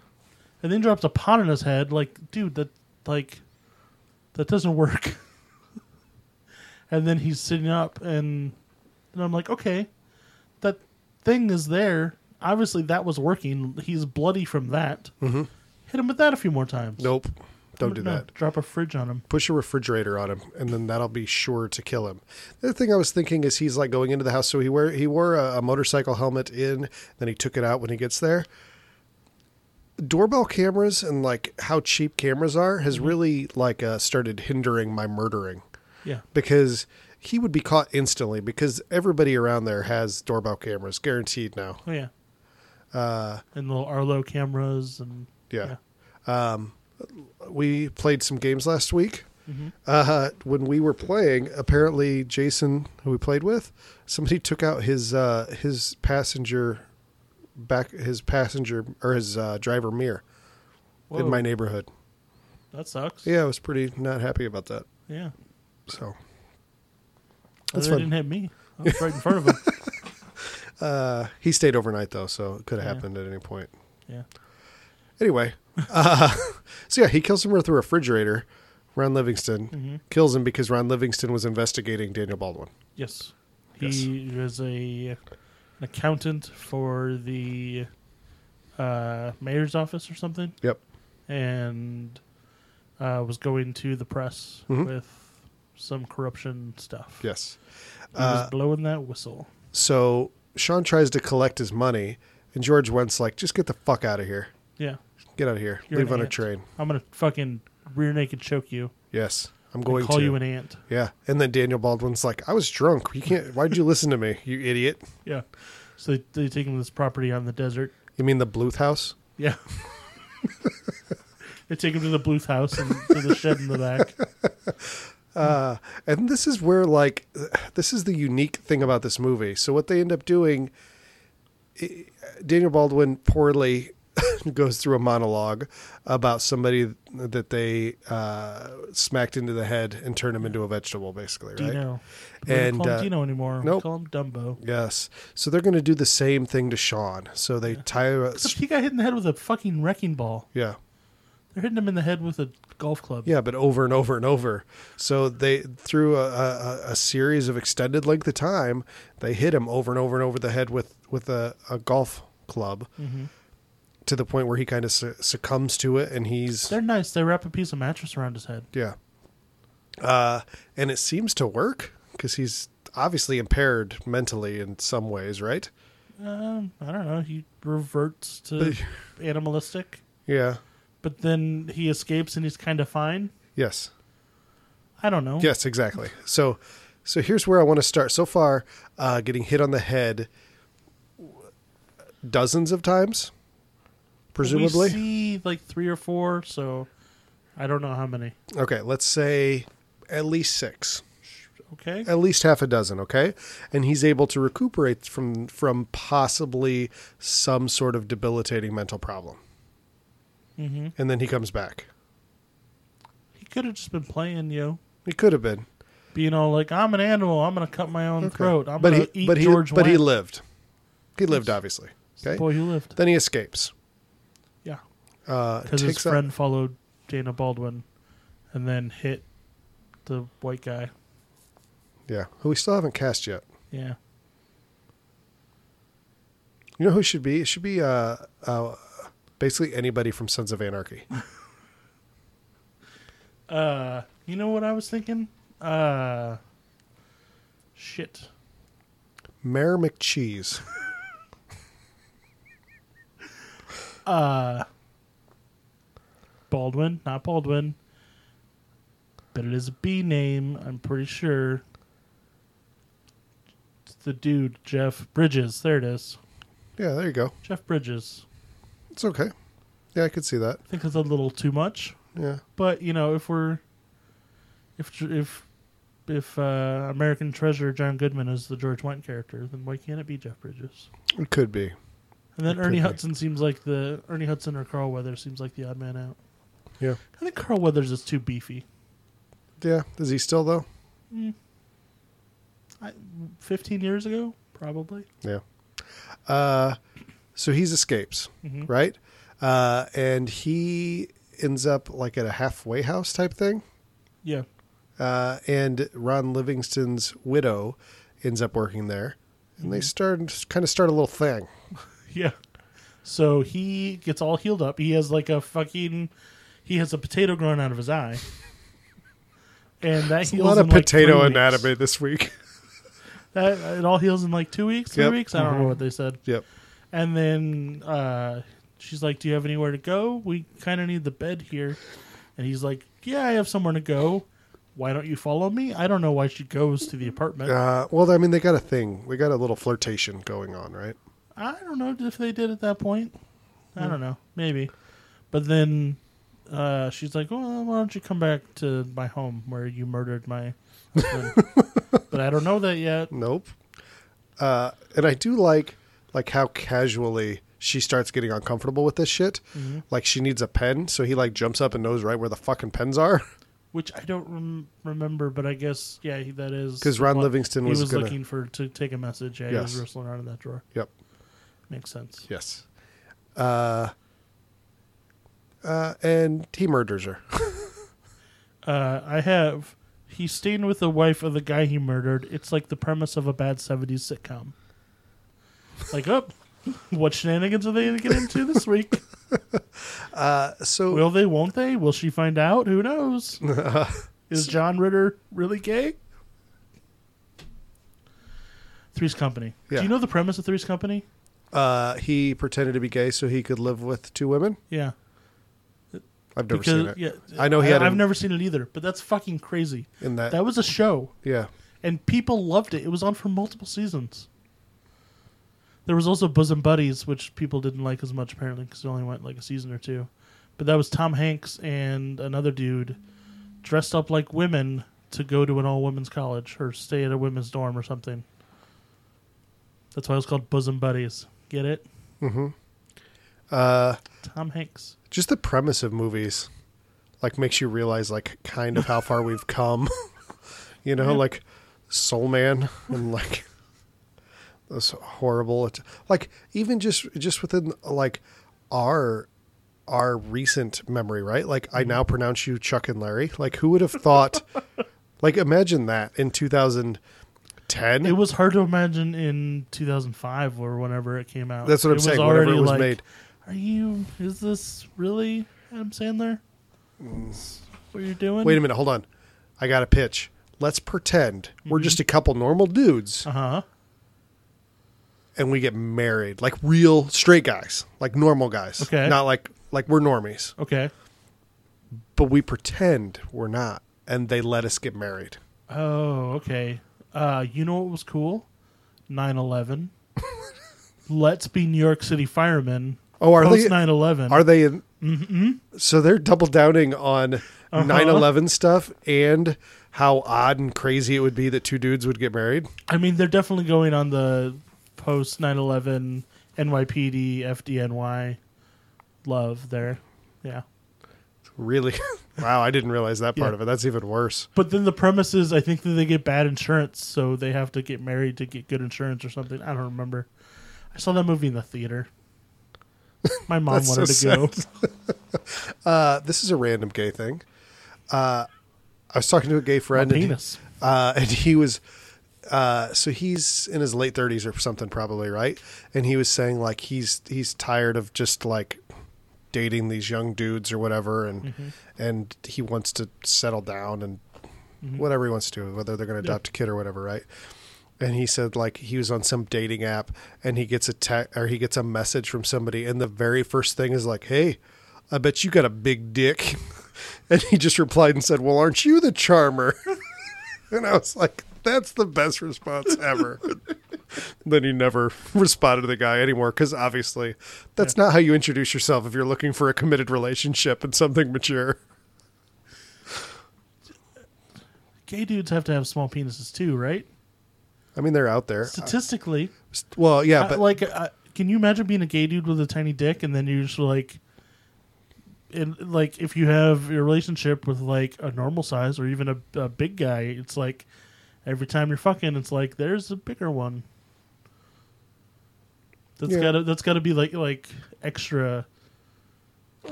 and then drops a pot on his head. Like, dude, that like that doesn't work. and then he's sitting up, and and I'm like, okay, that thing is there. Obviously, that was working. He's bloody from that. Hit him with that a few more times.
Mm-hmm. Nope. Don't do
No,
that.
Drop a fridge on him.
Push a refrigerator on him, and then that'll be sure to kill him. The other thing I was thinking is he's like going into the house, so he wear he wore a, a motorcycle helmet in, then he took it out when he gets there. Doorbell cameras and like how cheap cameras are has
Mm-hmm.
really like uh, started hindering my murdering
Yeah.
because he would be caught instantly because everybody around there has doorbell cameras guaranteed now.
Oh yeah. Uh, and little Arlo cameras and
Yeah. Um, we played some games last week.
Mm-hmm.
Uh, when we were playing, apparently Jason, who we played with, somebody took out his uh, his passenger back his passenger or his uh, driver mirror
Whoa,
in my neighborhood.
that sucks.
Yeah, I was pretty not happy about that.
yeah.
So
Well,
That's
they
fun.
didn't hit me. I was right in front of him.
uh, he stayed overnight though, so it could have
Yeah.
happened at any point.
Yeah.
Anyway, uh, so yeah, he kills him with a refrigerator. Ron Livingston
Mm-hmm.
kills him because Ron Livingston was investigating Daniel Baldwin.
Yes. He was a an accountant for the uh, mayor's office or something,
Yep.
and uh, was going to the press
Mhm.
with some corruption stuff.
Yes.
He
Uh,
was blowing that whistle.
so Sean tries to collect his money, and George Wentz like, just get the fuck out of here.
Yeah.
Get out of here.
You're
Leave
an
on a
ant.
train.
I'm gonna fucking rear naked choke you.
Yes. I'm
and
going
call
to.
you an ant.
yeah. And then Daniel Baldwin's like, I was drunk. You can't. Why'd you listen to me, you idiot?
Yeah. So they, they take him to this property on the desert.
You mean the Bluth house?
Yeah. they take him to the Bluth house and to the shed in the back.
Uh, and this is where like this is the unique thing about this movie. So what they end up doing, i Daniel Baldwin poorly goes through a monologue about somebody that they uh, smacked into the head and turned him into a vegetable, basically, right?
Dino. We don't
And,
call him
uh,
Dino anymore. We
nope.
call him Dumbo.
Yes. So they're going to do the same thing to Sean. So they tie a,
Except he got hit in the head with a fucking wrecking ball.
yeah.
They're hitting him in the head with a golf club.
Yeah, but over and over and over. So they through a, a, a- a series of extended length of time, they hit him over and over and over the head with with a, a golf club
Mm-hmm.
to the point where he kind of su- succumbs to it, and he's
They're nice. They wrap a piece of mattress around his head.
yeah. Uh, and it seems to work because he's obviously impaired mentally in some ways, right?
Um, I don't know. He reverts to animalistic,
Yeah.
but then he escapes and he's kind of fine.
Yes.
I don't know.
Yes, exactly. So, so here's where I want to start. So far, uh, getting hit on the head dozens of times, presumably.
We see like three or four, so I don't know how many.
okay, let's say at least six,
Okay.
at least half a dozen. Okay, and he's able to recuperate from from possibly some sort of debilitating mental problem,
Mm-hmm.
and then he comes back.
He could have just been playing, you know,
He could have been,
being all like, "I'm an animal. I'm gonna cut my own
Okay.
throat. I'm
but
gonna
he,
eat
but he,
George."
but he
Wendt."
lived. He lived, obviously.
It's the
Okay,
boy who lived.
then he escapes.
Yeah,
Uh,
because his
takes out-
friend followed Dana Baldwin, and then hit the white guy.
yeah, who we still haven't cast yet.
Yeah,
You know who it should be? It should be uh, uh, basically anybody from Sons of Anarchy.
Uh, you know what I was thinking? Uh, shit.
Mayor McCheese.
Uh, Baldwin, not Baldwin, but it is a B name. I'm pretty sure. It's the dude, Jeff Bridges. There it is,
Yeah, there you go.
Jeff Bridges.
It's okay. Yeah, I could see that.
I think it's a little too much,
Yeah,
but you know, if we're if if if uh, American Treasure John Goodman is the George Wendt character, then why can't it be Jeff Bridges?
it could be.
And then
It could
Ernie
be.
Hudson seems like the Ernie Hudson or Carl Weathers seems like the odd man out.
Yeah,
I think Carl Weathers is too beefy.
yeah. Is he still though?
I, Fifteen years ago, probably.
Yeah. Uh, so he's escapes,
Mhm.
right? Uh, and he ends up like at a halfway house type thing.
Yeah,
Uh, and Ron Livingston's widow ends up working there, and they
Mm-hmm.
start kind of start a little thing.
yeah. So he gets all healed up. He has like a fucking. He has a potato growing out of his eye, and that
A
heals
lot
in
of
like
potato
three weeks.
anatomy this week.
That it all heals in like two weeks, three
Yep. Mm-hmm.
weeks. I don't remember what they said.
yep.
And then uh, she's like, "Do you have anywhere to go? We kind of need the bed here." And he's like, "Yeah, I have somewhere to go. Why don't you follow me?" I don't know why she goes to the apartment.
Uh, well, I mean, they got a thing. We got a little flirtation going on, right?
I don't know if they did at that point.
Hmm.
I don't know. Maybe. But then uh, she's like, well, why don't you come back to my home where you murdered my husband? but I don't know that yet.
Nope. Uh, and I do like like how casually she starts getting uncomfortable with this shit.
Mm-hmm.
Like she needs a pen, so he like jumps up and knows right where the fucking pens are.
Which I don't rem- remember, but I guess, yeah, he, that is.
'Cause Ron
what-
Livingston was
He was
gonna-
looking for to take a message. Yeah, he
Yes.
was wrestling around in that drawer.
Yep.
Makes sense.
Yes. Uh, uh, and he murders her.
Uh, I have. He's staying with the wife of the guy he murdered. It's like the premise of a bad 70s sitcom. Like, oh, what shenanigans are they going to get into this week?
So
Will they? Won't they? Will she find out? Who knows? Is John Ritter really gay? Three's Company.
Yeah.
Do you know the premise of Three's Company?
uh, he pretended to be gay so he could live with two women.
Yeah,
I've never seen it.
yeah,
I know he had
I've
an- Uh,
never seen it either, but that's fucking crazy.
In that,
That was a show,
yeah.
and people loved it. It was on for multiple seasons. There was also Bosom Buddies, which people didn't like as much apparently because it only went like a season or two. But that was Tom Hanks and another dude dressed up like women to go to an all women's college or stay at a women's dorm or something. That's why it was called Bosom Buddies. Get it?
Uh,
Tom Hanks.
just the premise of movies, like makes you realize like kind of how far we've come. you know, like Soul Man and like those horrible. At- like even just just within like our our recent memory, right? Like
Mm-hmm.
I now pronounce you Chuck and Larry. Like who would have thought? like imagine that in 2010.
It was hard to imagine in 2005 or whenever it came out.
That's what I'm
It was
saying. Whenever
already
it was
like,
made,
Are you? Is this really Adam Sandler? What you're doing?
Wait a minute, hold on. I got a pitch. Let's pretend we're
Mm-hmm.
just a couple normal dudes
Uh huh.
and we get married, like real straight guys, like normal guys,
Okay.
not like like we're normies,
Okay.
but we pretend we're not, and they let us get married.
Oh, okay. Uh, you know what was cool? 9/11. Let's be New York City firemen.
Oh, are
post
they?
9/11.
Are they? In,
Mm-hmm.
So they're double downing on
Uh-huh.
9/11 stuff and how odd and crazy it would be that two dudes would get married.
I mean, they're definitely going on the post 9/11 NYPD FDNY love there. Yeah.
Really? wow, I didn't realize that part
Yeah.
of it. That's even worse.
But then the premise is, I think that they get bad insurance, so they have to get married to get good insurance or something. I don't remember. I saw that movie in the theater. My mom
That's
wanted
so
to go.
Uh, this is a random gay thing. Uh, I was talking to a gay friend, and he-
penis.
uh, and he was. Uh, so he's in his late thirties or something, probably right. And he was saying like he's he's tired of just like dating these young dudes or whatever, and and he wants to settle down and whatever he wants to do, whether they're going to adopt a kid or whatever, right? And he said like he was on some dating app and he gets a text or he gets a message from somebody, and the very first thing is like, "Hey, I bet you got a big dick," and he just replied and said, "Well, aren't you the charmer?" And I was like, that's the best response ever. then he never responded to the guy anymore because obviously that's not how you introduce yourself if you're looking for a committed relationship and something mature.
Gay dudes have to have small penises too, right?
I mean, they're out there.
Statistically,
St- Well, yeah,
I-
but
like, I, can you imagine being a gay dude with a tiny dick, and then you're just like, and like if you have your relationship with like a normal size or even a, a big guy, it's like every time you're fucking, it's like there's a bigger one. That's
Yeah.
gotta that's gotta be like like extra.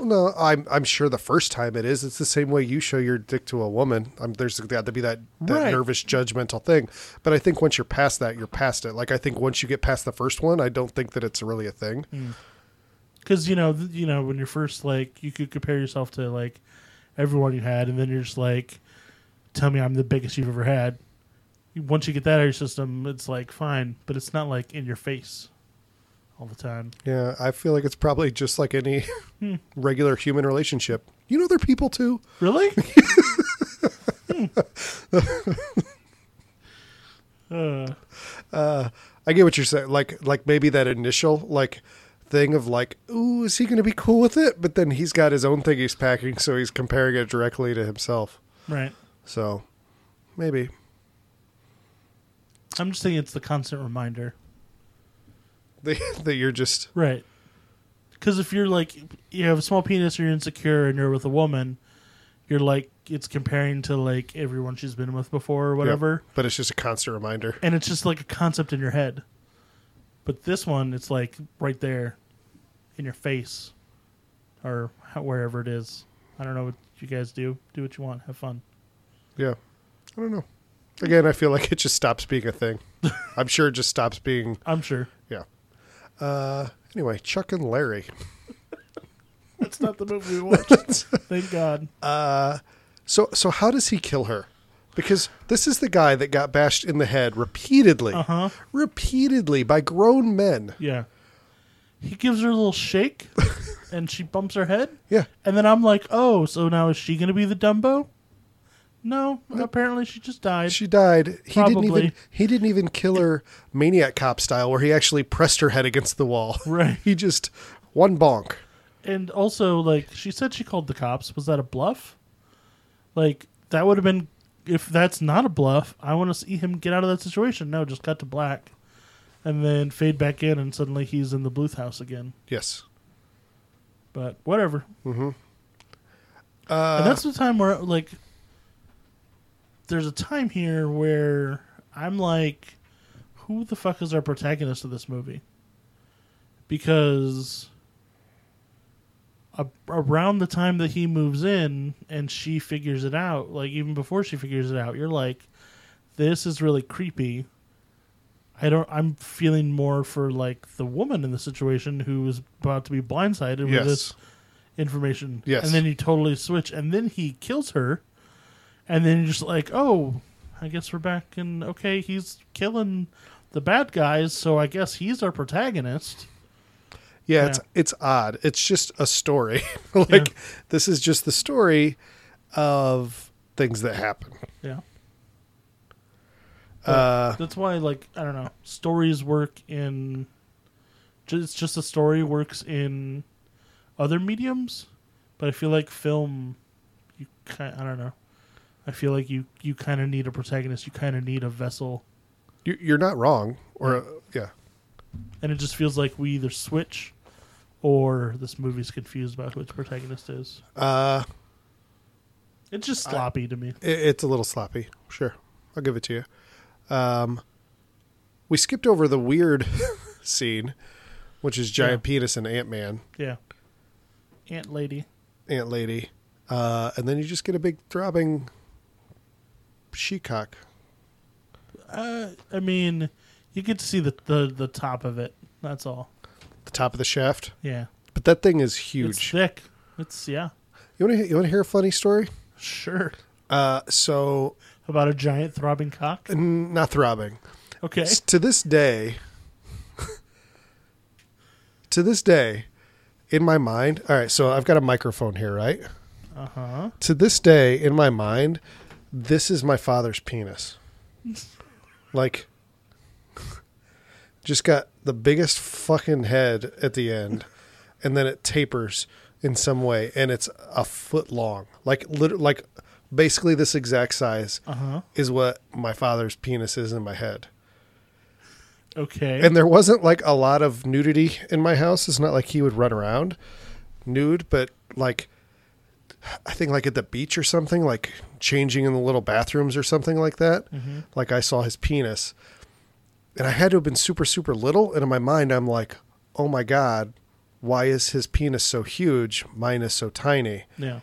no, I'm I'm sure the first time it is. It's the same way you show your dick to a woman. Um, there's got to be that, that
Right.
nervous judgmental thing. But I think once you're past that, you're past it. Like I think once you get past the first one, I don't think that it's really a thing.
because you know, th- you know, when you're first like, you could compare yourself to like everyone you had, and then you're just like, "Tell me I'm the biggest you've ever had." You- Once you get that out of your system, it's like fine, but it's not like in your face all the time.
Yeah, I feel like it's probably just like any regular human relationship. You know, they're people too.
Really? Hmm. uh,
I get what you're saying. Like, like maybe that initial like thing of like, ooh, is he going to be cool with it? But then he's got his own thing he's packing, so he's comparing it directly to himself.
right.
So maybe
I'm just thinking it's the constant reminder.
they, that you're just
Right. Because if you're like, you have a small penis or you're insecure and you're with a woman, you're like, it's comparing to like everyone she's been with before or whatever.
But it's just a constant reminder.
And it's just like a concept in your head. But this one, it's like right there in your face or how, wherever it is. I don't know what you guys do. Do what you want. Have fun.
Yeah. I don't know. Again, I feel like it just stops being a thing. I'm sure it just stops being.
I'm sure.
Yeah. Uh, anyway, Chuck and Larry.
That's not the movie we watched. Thank God.
So so how does he kill her? Because this is the guy that got bashed in the head repeatedly,
Uh-huh.
repeatedly by grown men.
Yeah. He gives her a little shake and she bumps her head.
Yeah.
And then I'm like, oh, so now is she going to be the Dumbo? No, apparently she just died.
She died. He didn't even
Probably.
he didn't even kill her maniac cop style where he actually pressed her head against the wall.
Right.
He just one bonk.
and also, like, she said she called the cops. Was that a bluff? Like, that would have been, if that's not a bluff, I want to see him get out of that situation. No, just cut to black and then fade back in, and suddenly he's in the Bluth house again.
Yes.
But whatever. Mm-hmm. Uh, and that's the time where, like, there's a time here where I'm like, who the fuck is our protagonist of this movie? Because a- around the time that he moves in and she figures it out, like, even before she figures it out, you're like, this is really creepy. I don't. I'm feeling more for like the woman in the situation who is about to be blindsided with
Yes.
this information.
Yes.
And then you totally switch, and then he kills her, and then you're just like, oh, I guess we're back in. Okay, he's killing the bad guys, so I guess he's our protagonist.
Yeah, it's
Yeah.
it's odd. It's just a story. like
Yeah.
this is just the story of things that happen.
Yeah.
Uh,
That's why, like, I don't know. Stories work in. ju- It's just a story works in other mediums, but I feel like film, you kind I don't know. I feel like you, you kind of need a protagonist. You kind of need a vessel.
you, you're not wrong, or uh, yeah,
and it just feels like we either switch or this movie's confused about who its protagonist is.
uh,
It's just sloppy to me.
it, it's a little sloppy. Sure, I'll give it to you. Um, we skipped over the weird scene, which is giant
Yeah.
penis and Ant Man,
Yeah. Ant lady.
Ant Lady, uh, and then you just get a big throbbing she cock.
Uh, I mean, you get to see the, the the top of it. That's all.
the top of the shaft.
Yeah.
But that thing is
It's
huge.
thick. It's yeah.
You want to you want to hear a funny story?
Sure.
Uh, so
About a giant throbbing cock.
n- not throbbing.
Okay.
S- To this day, to this day, in my mind. All right, so I've got a microphone here, right?
Uh huh.
To this day, in my mind, this is my father's penis. Like, just got the biggest fucking head at the end, and then it tapers in some way, and it's a foot long. Like, liter- like basically this exact size
Uh huh.
is what my father's penis is in my head.
Okay.
And there wasn't like a lot of nudity in my house. It's not like he would run around nude, but like I think like at the beach or something, like changing in the little bathrooms or something like that. Like I saw his penis. And I had to have been super, super little. And in my mind, I'm like, oh my God, why is his penis so huge? Mine is so tiny
yeah.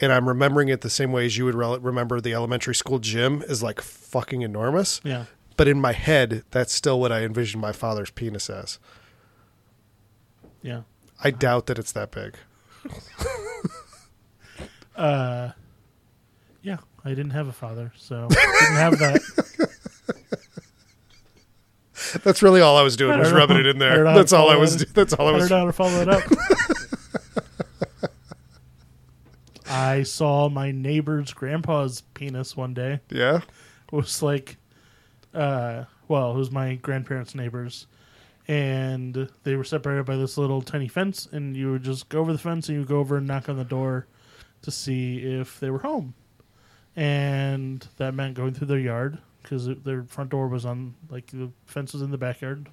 and I'm remembering it the same way as you would rel remember the elementary school gym is like fucking enormous.
Yeah.
But in my head, that's still what I envisioned my father's penis as.
Yeah.
I doubt that it's that big.
Uh, yeah, I didn't have a father, so didn't have that.
That's really all I was doing
I
was
don't know.
rubbing it in
I
there.
don't know.
That's all I was.
Follow
do- That's all I
I
was.
don't know how to follow it up. I saw my neighbor's grandpa's penis one day.
Yeah.
It was like, uh, well, it was my grandparents' neighbors, and they were separated by this little tiny fence. And you would just go over the fence, and you would go over and knock on the door to see if they were home. And that meant going through their yard because their front door was on like the fence was in the backyard.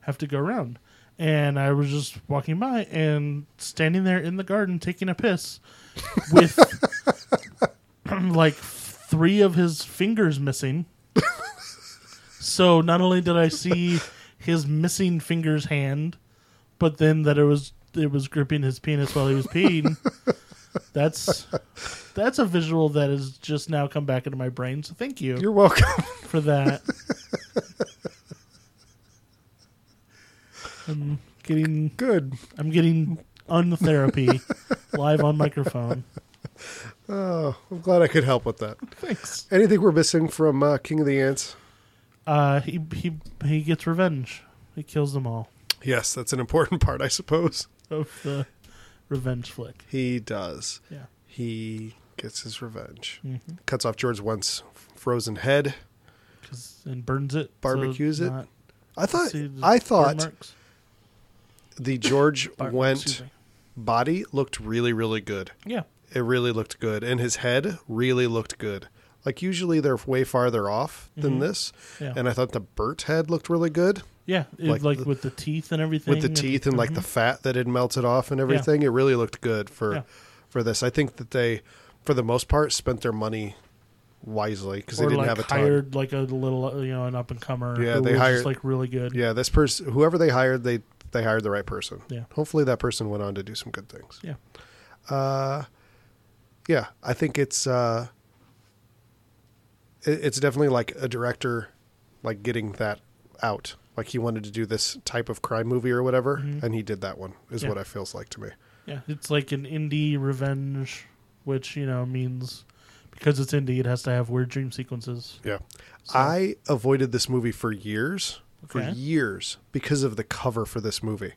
Have to go around, and I was just walking by and standing there in the garden taking a piss with like three of his fingers missing. so not only did I see his missing finger's hand, but then that it was it was gripping his penis while he was peeing. That's that's a visual that has just now come back into my brain. So thank you
You're welcome.
for that. I'm getting
Good.
I'm getting untherapy live on microphone.
Oh, I'm glad I could help with that.
Thanks.
Anything we're missing from uh, King of the Ants?
Uh, he he he gets revenge. He kills them all
Yes, that's an important part, I suppose.
of the revenge flick.
He does.
Yeah.
He gets his revenge.
Mhm.
Cuts off George Wentz frozen head.
'Cause- and burns it, so
Barbecues it?
not-
I thought
see the
I
burn
thought
marks?
the George
Bar-
Went
excuse me.
body looked really, really good.
Yeah,
It really looked good. And his head really looked good. Like usually they're way farther off than
Mhm.
this.
yeah,
And I thought the Burt head looked really good.
yeah. It,
like
like
the-
with the teeth and mm-hmm. everything.
with the teeth and like the fat that had melted off and everything. It really looked good for
Yeah.
for this. I think that they, for the most part, spent their money wisely because they
or
didn't
like
have a ton.
hired like a little uh, you know an up and comer.
Yeah,
who
they
was just,
hired-
like really good.
Yeah, this person, whoever they hired, they they hired the right person.
Yeah.
Hopefully, that person went on to do some good things.
Yeah.
Uh, yeah, I think it's uh, it, it's definitely like a director, like getting that out. Like he wanted to do this type of crime movie or whatever,
Mhm.
and he did that one. Is
Yeah.
what it feels like to me.
Yeah, it's like an indie revenge, which you know means because it's indie, it has to have weird dream sequences.
Yeah.
So-
I avoided this movie for years, for
Okay.
years because of the cover for this movie.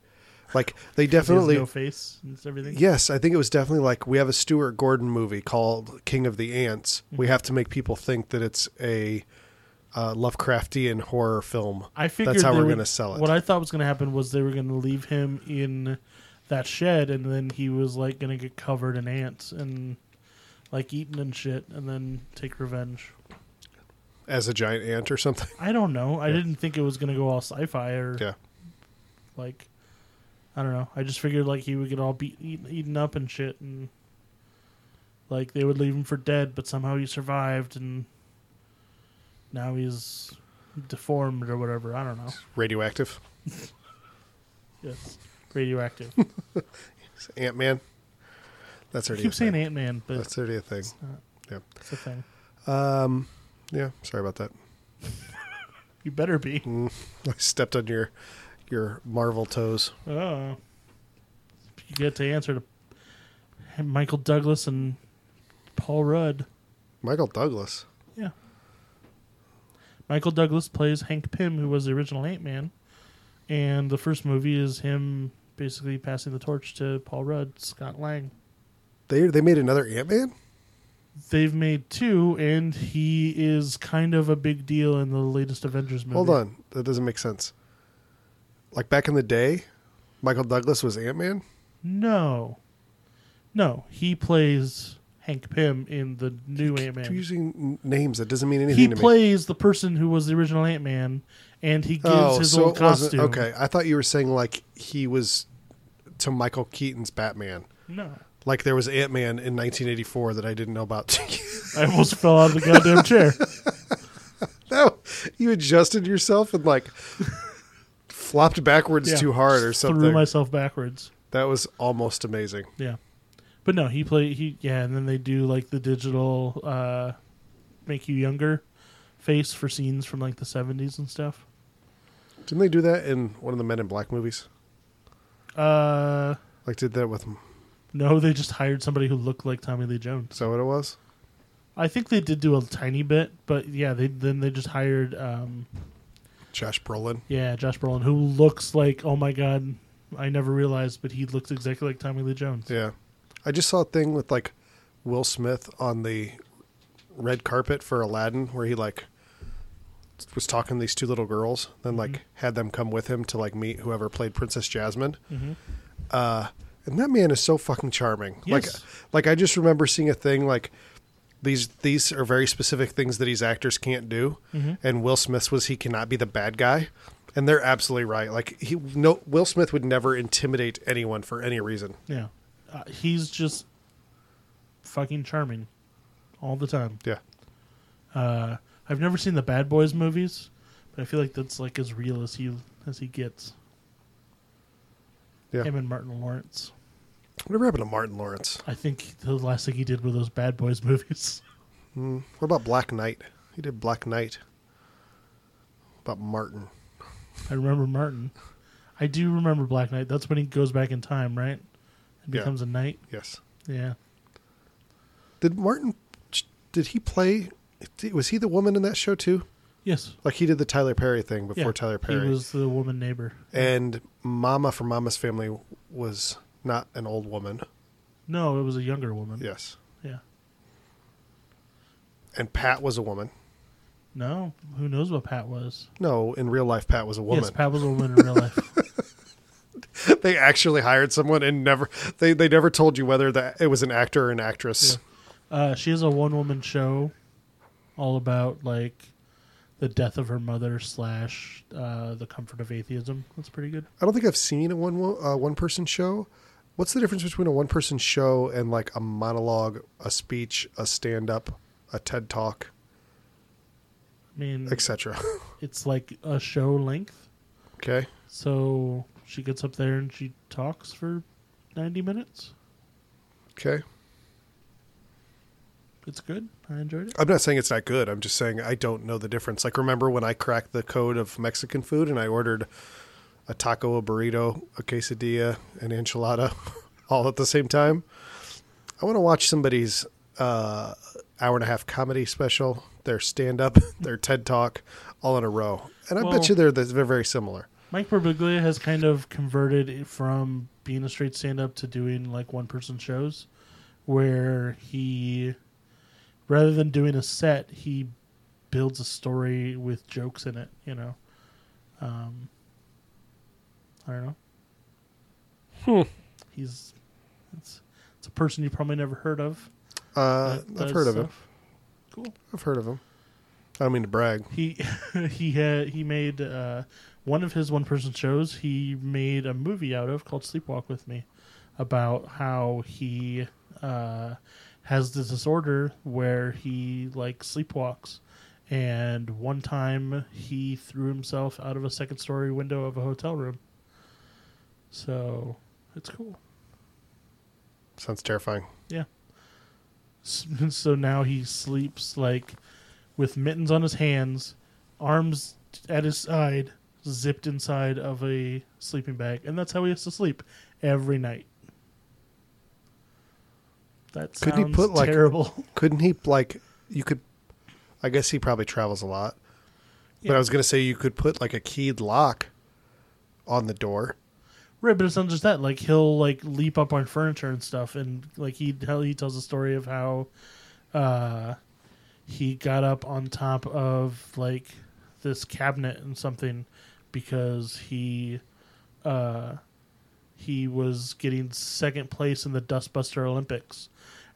Like they
He has
definitely
no face and everything.
Yes, I think it was definitely like we have a Stuart Gordon movie called King of the Ants. We
Mm-hmm.
have to make people think that it's a uh, Lovecraftian horror film.
I figured
how
they
we're
would-
gonna sell it.
What I thought was gonna happen was they were gonna leave him in that shed, and then he was like gonna get covered in ants and like eaten and shit, and then take revenge.
as a giant ant or something.
I don't know. I
Yeah.
didn't think it was gonna go all sci-fi or
Yeah.
like I don't know. I just figured like he would get all beat eat, eaten up and shit, and like they would leave him for dead, but somehow he survived, and now he's deformed or whatever. I don't know.
Radioactive.
Yes, radioactive.
Ant Man. That's
I
already
keep
a
saying
thing.
Ant Man, but
That's already a thing.
it's not.
Yeah.
It's a thing.
Um yeah, sorry about that.
You better be.
I stepped on your your Marvel toes.
Oh. You get to answer to Michael Douglas and Paul Rudd.
Michael Douglas.
Michael Douglas plays Hank Pym, who was the original Ant Man. And the first movie is him basically passing the torch to Paul Rudd, Scott Lang.
They they made another Ant Man.
They've made two, and he is kind of a big deal in the latest Avengers movie.
Hold on, that doesn't make sense. Like back in the day, Michael Douglas was Ant Man.
No. No, he plays Hank Pim in the new
Keep
Ant Man.
using n- names that doesn't mean anything
He
to me.
plays the person who was the original Ant Man, and he gives
oh,
his
so
old
it wasn't
costume.
okay. I thought you were saying like he was to Michael Keaton's Batman.
No,
Like there was Ant Man in 1984 that I didn't know about.
I almost fell out of the goddamn chair.
no, you adjusted yourself and like flopped backwards
Yeah.
too hard or
Threw
something.
myself backwards.
That was almost amazing.
Yeah, but no, he play he yeah, and then they do like the digital uh make you younger face for scenes from like the seventies and stuff.
Didn't they do that in one of the Men in Black movies?
Uh,
Like did that with.
no, they just hired somebody who looked like Tommy Lee Jones.
Is that what it was?
I think they did do a tiny bit, but yeah, they then they just hired um,
Josh Brolin.
yeah Josh Brolin, who looks like oh my god, I never realized, but he looks exactly like Tommy Lee Jones.
Yeah. I just saw a thing with like Will Smith on the red carpet for Aladdin where he like was talking to these two little girls, then like had them come with him to like meet whoever played Princess Jasmine.
Mhm.
Uh, and that man is so fucking charming.
Yes.
Like like I just remember seeing a thing like these these are very specific things that these actors can't do. And Will Smith's was he cannot be the bad guy. And they're absolutely right. Like he no Will Smith would never intimidate anyone for any reason.
Yeah, uh, he's just fucking charming all the time.
Yeah.
Uh, I've never seen the Bad Boys movies, but I feel like that's like as real as he as he gets.
Yeah.
Him and Martin Lawrence.
Whatever happened to Martin Lawrence?
I think the last thing he did were those Bad Boys movies.
What about Black Knight? He did Black Knight. About Martin.
I remember Martin. I do remember Black Knight. That's when he goes back in time, right? And
Yeah.
becomes a knight.
Yes.
Yeah.
Did Martin? Did he play? Was he the woman in that show too?
Yes.
Like he did the Tyler Perry thing before
yeah.
Tyler Perry.
He was the woman neighbor.
and Mama from Mama's Family was not an old woman.
No, it was a younger woman.
Yes.
Yeah.
And Pat was a woman.
No, who knows what Pat was?
No, in real life, Pat was a woman.
Yes, Pat was a woman in real life.
they actually hired someone and never they, they never told you whether that it was an actor or an actress.
Uh, she has a one woman show all about like the death of her mother slash uh, the comfort of atheism. That's pretty good.
I don't think I've seen a one wo- uh, one person show. What's the difference between a one person show and like a monologue, a speech, a stand up, a TED talk,
I mean,
etc.?
it's like a show length.
okay,
So she gets up there and she talks for 90 minutes.
okay.
It's good. I enjoyed it.
I'm not saying it's not good. I'm just saying I don't know the difference. Like remember when I cracked the code of Mexican food and I ordered a taco, a burrito, a quesadilla, an enchilada, all at the same time. I want to watch somebody's uh, hour and a half comedy special, their stand up, their TED talk, all in a row. And I
Well-
bet you they're, they're very similar.
Mike Birbiglia has kind of converted it from being a straight stand up to doing like one person shows where he rather than doing a set, he builds a story with jokes in it, you know. Um I don't know. He's it's it's a person you probably never heard of.
Uh,
that
I've
does
heard of him.
stuff. Cool.
I've heard of him. I don't mean to brag.
He he had he made uh, one of his one person shows. He made a movie out of called Sleepwalk with Me, about how he uh, has this disorder where he like sleepwalks, and one time he threw himself out of a second story window of a hotel room. So it's cool.
Sounds terrifying.
S- so now he sleeps like with mittens on his hands, arms at his side, zipped inside of a sleeping bag, and that's how he has to sleep every night. That sounds
Could he put, like-
terrible.
Couldn't he like you could? I guess he probably travels a lot. But
Yeah.
I was gonna say you could put like a keyed lock on the door.
right, but it's not just that. Like he'll like leap up on furniture and stuff, and like he tell he tells a story of how uh, he got up on top of like this cabinet and something because he uh, he was getting second place in the Dustbuster Olympics.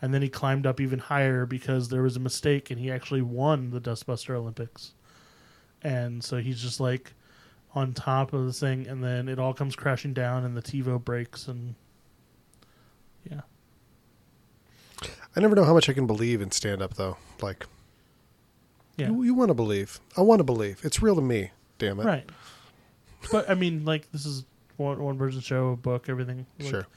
And then he climbed up even higher because there was a mistake and he actually won the Dustbuster Olympics. And so he's just like on top of the thing and then it all comes crashing down and the TiVo breaks and yeah.
I never know how much I can believe in stand up though. Like
Yeah.
you, you want to believe. I want to believe. It's real to me. Damn it.
Right. But I mean, like this is one one person show, a book, everything. Like,
Sure.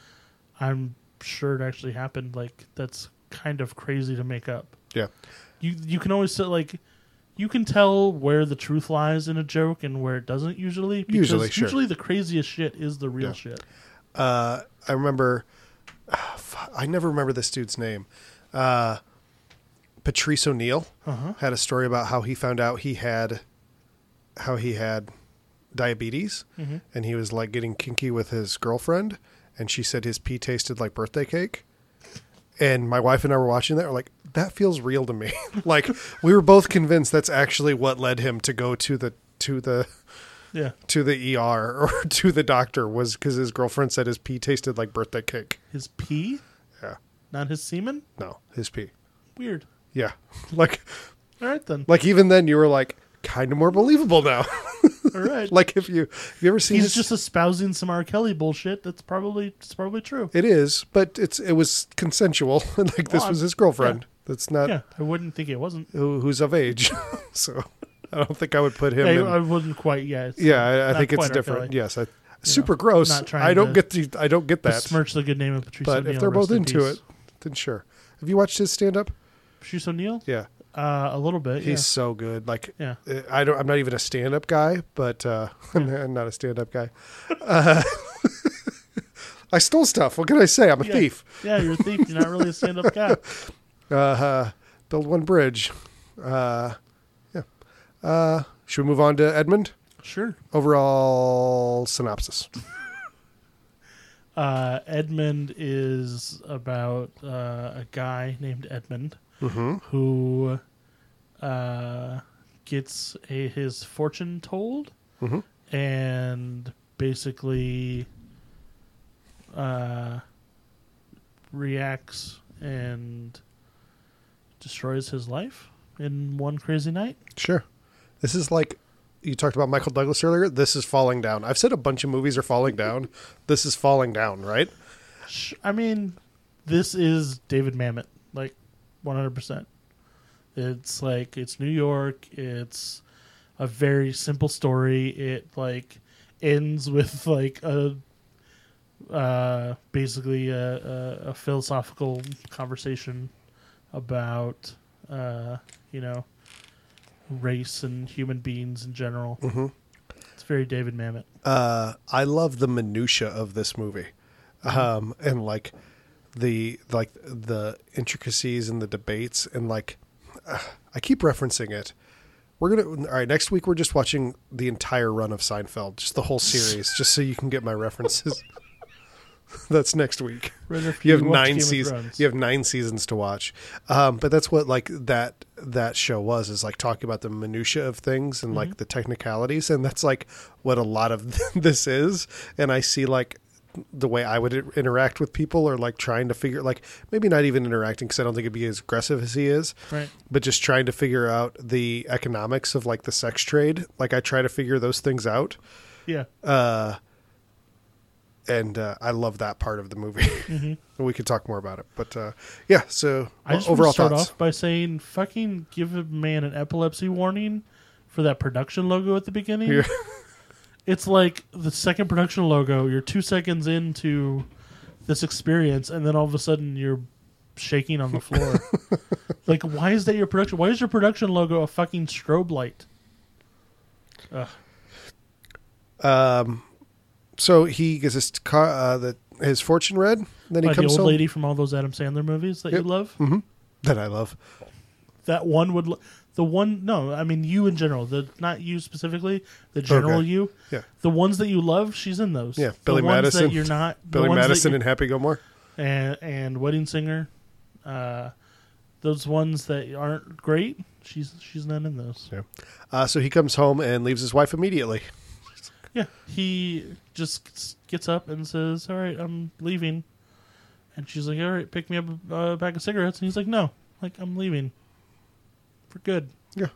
I'm sure it actually happened. Like that's kind of crazy to make up.
Yeah.
You you can always say like you can tell where the truth lies in a joke and where it doesn't usually. Because
Usually, sure.
usually the craziest shit is the real
Yeah.
shit.
Uh, I remember, ah, fu- I never remember this dude's name. Uh, Patrice O'Neill Uh-huh. had a story about how he found out he had, how he had diabetes, and he was like getting kinky with his girlfriend, and she said his pee tasted like birthday cake and my wife and I were watching that. We're like, that feels real to me. like we were both convinced that's actually what led him to go to the to the
Yeah.
to the ER or to the doctor was because his girlfriend said his pee tasted like birthday cake.
His pee,
Yeah,
not his semen.
no, his pee.
Weird.
Yeah, like
All right then.
like even then you were like kind of more believable now.
All right.
like if you have you ever seen his-
He's just espousing some R. Kelly bullshit. That's probably it's probably true.
it is, but it's it was consensual and like this
Well,
was
I'm-
his girlfriend. That's not
Yeah, I wouldn't think it wasn't.
who, who's of age, so. I don't think I would put him.
I,
in,
I wouldn't quite. Yeah. It's
Yeah, I, I
not
think it's
quite
different.
archaic.
Yes, I, super gross.
not trying
I don't
to
get the, I don't get that.
Smirch the good name of Patrice.
but if
O'Neill,
they're both
rest in
into
peace.
it, then sure. Have you watched his stand up?
Patrice O'Neill,
Yeah,
uh, a little bit.
he's so good. Like,
yeah. yeah.
uh, I don't. I'm not even a stand up guy, but uh, I'm not a stand up guy. Uh, I stole stuff. What can I say? I'm a
Yeah.
thief.
Yeah, you're a thief. You're not really a stand-up guy.
Uh, uh, build one bridge. Uh, yeah. Uh, should we move on to Edmund?
Sure.
Overall synopsis.
Uh, Edmund is about uh, a guy named Edmund who uh, gets a, his fortune told
Mhm.
and basically uh, reacts and destroys his life in one crazy night.
Sure. This is like you talked about Michael Douglas earlier. This is falling down. I've said a bunch of movies are falling down. this is falling down, right?
Sh- I mean, this is David Mamet, like 100%. It's like, it's New York. It's a very simple story. It, like, ends with, like, a. Uh, basically, a, a, a philosophical conversation about, uh, you know, race and human beings in general. Mm-hmm. It's very David Mamet.
Uh, I love the minutia of this movie, um, and like the like the intricacies and the debates and like uh, I keep referencing it. We're gonna all right. Next week we're just watching the entire run of Seinfeld, just the whole series, just so you can get my references. That's next week.
Right after
you have
watch Game
nine
of
seasons
Thrones.
you have nine seasons to watch um, but that's what like that that show was is like talking about the minutia of things and
Mm-hmm.
like the technicalities and that's like what a lot of this is and i see like the way i would i- interact with people or like trying to figure like maybe not even interacting because i don't think it'd be as aggressive as he is
Right.
but just trying to figure out the economics of like the sex trade like i try to figure those things out
Yeah.
uh, and uh, I love that part of the movie.
Mm-hmm.
we could talk more about it, but uh, yeah. So
I just
overall
want to start
thoughts.
off by saying, fucking give a man an epilepsy warning for that production logo at the beginning.
Yeah.
It's like the second production logo. You're two seconds into this experience, and then all of a sudden you're shaking on the floor. like, why is that your production? Why is your production logo a fucking strobe light?
Um, So he gets his car, uh, the, his fortune read. Then he
By the
comes
old
home.
lady from all those Adam Sandler movies that
Yep.
you love.
That I love.
That one would, lo- the one. No, I mean you in general. The not you specifically. The general
Okay.
you.
Yeah,
The ones that you love, she's in those.
Yeah,
The
Billy
ones
Madison,
That you're not the
Billy
ones that
Madison
you-
and Happy Gilmore.
and, and Wedding Singer. Uh, those ones that aren't great, she's she's not in those.
Yeah. Uh, so he comes home and leaves his wife immediately.
Yeah, he just gets- gets up and says, "All right, I'm leaving," and she's like, "All right, pick me up a pack of cigarettes," and he's like, "No, like I'm leaving for good."
Yeah.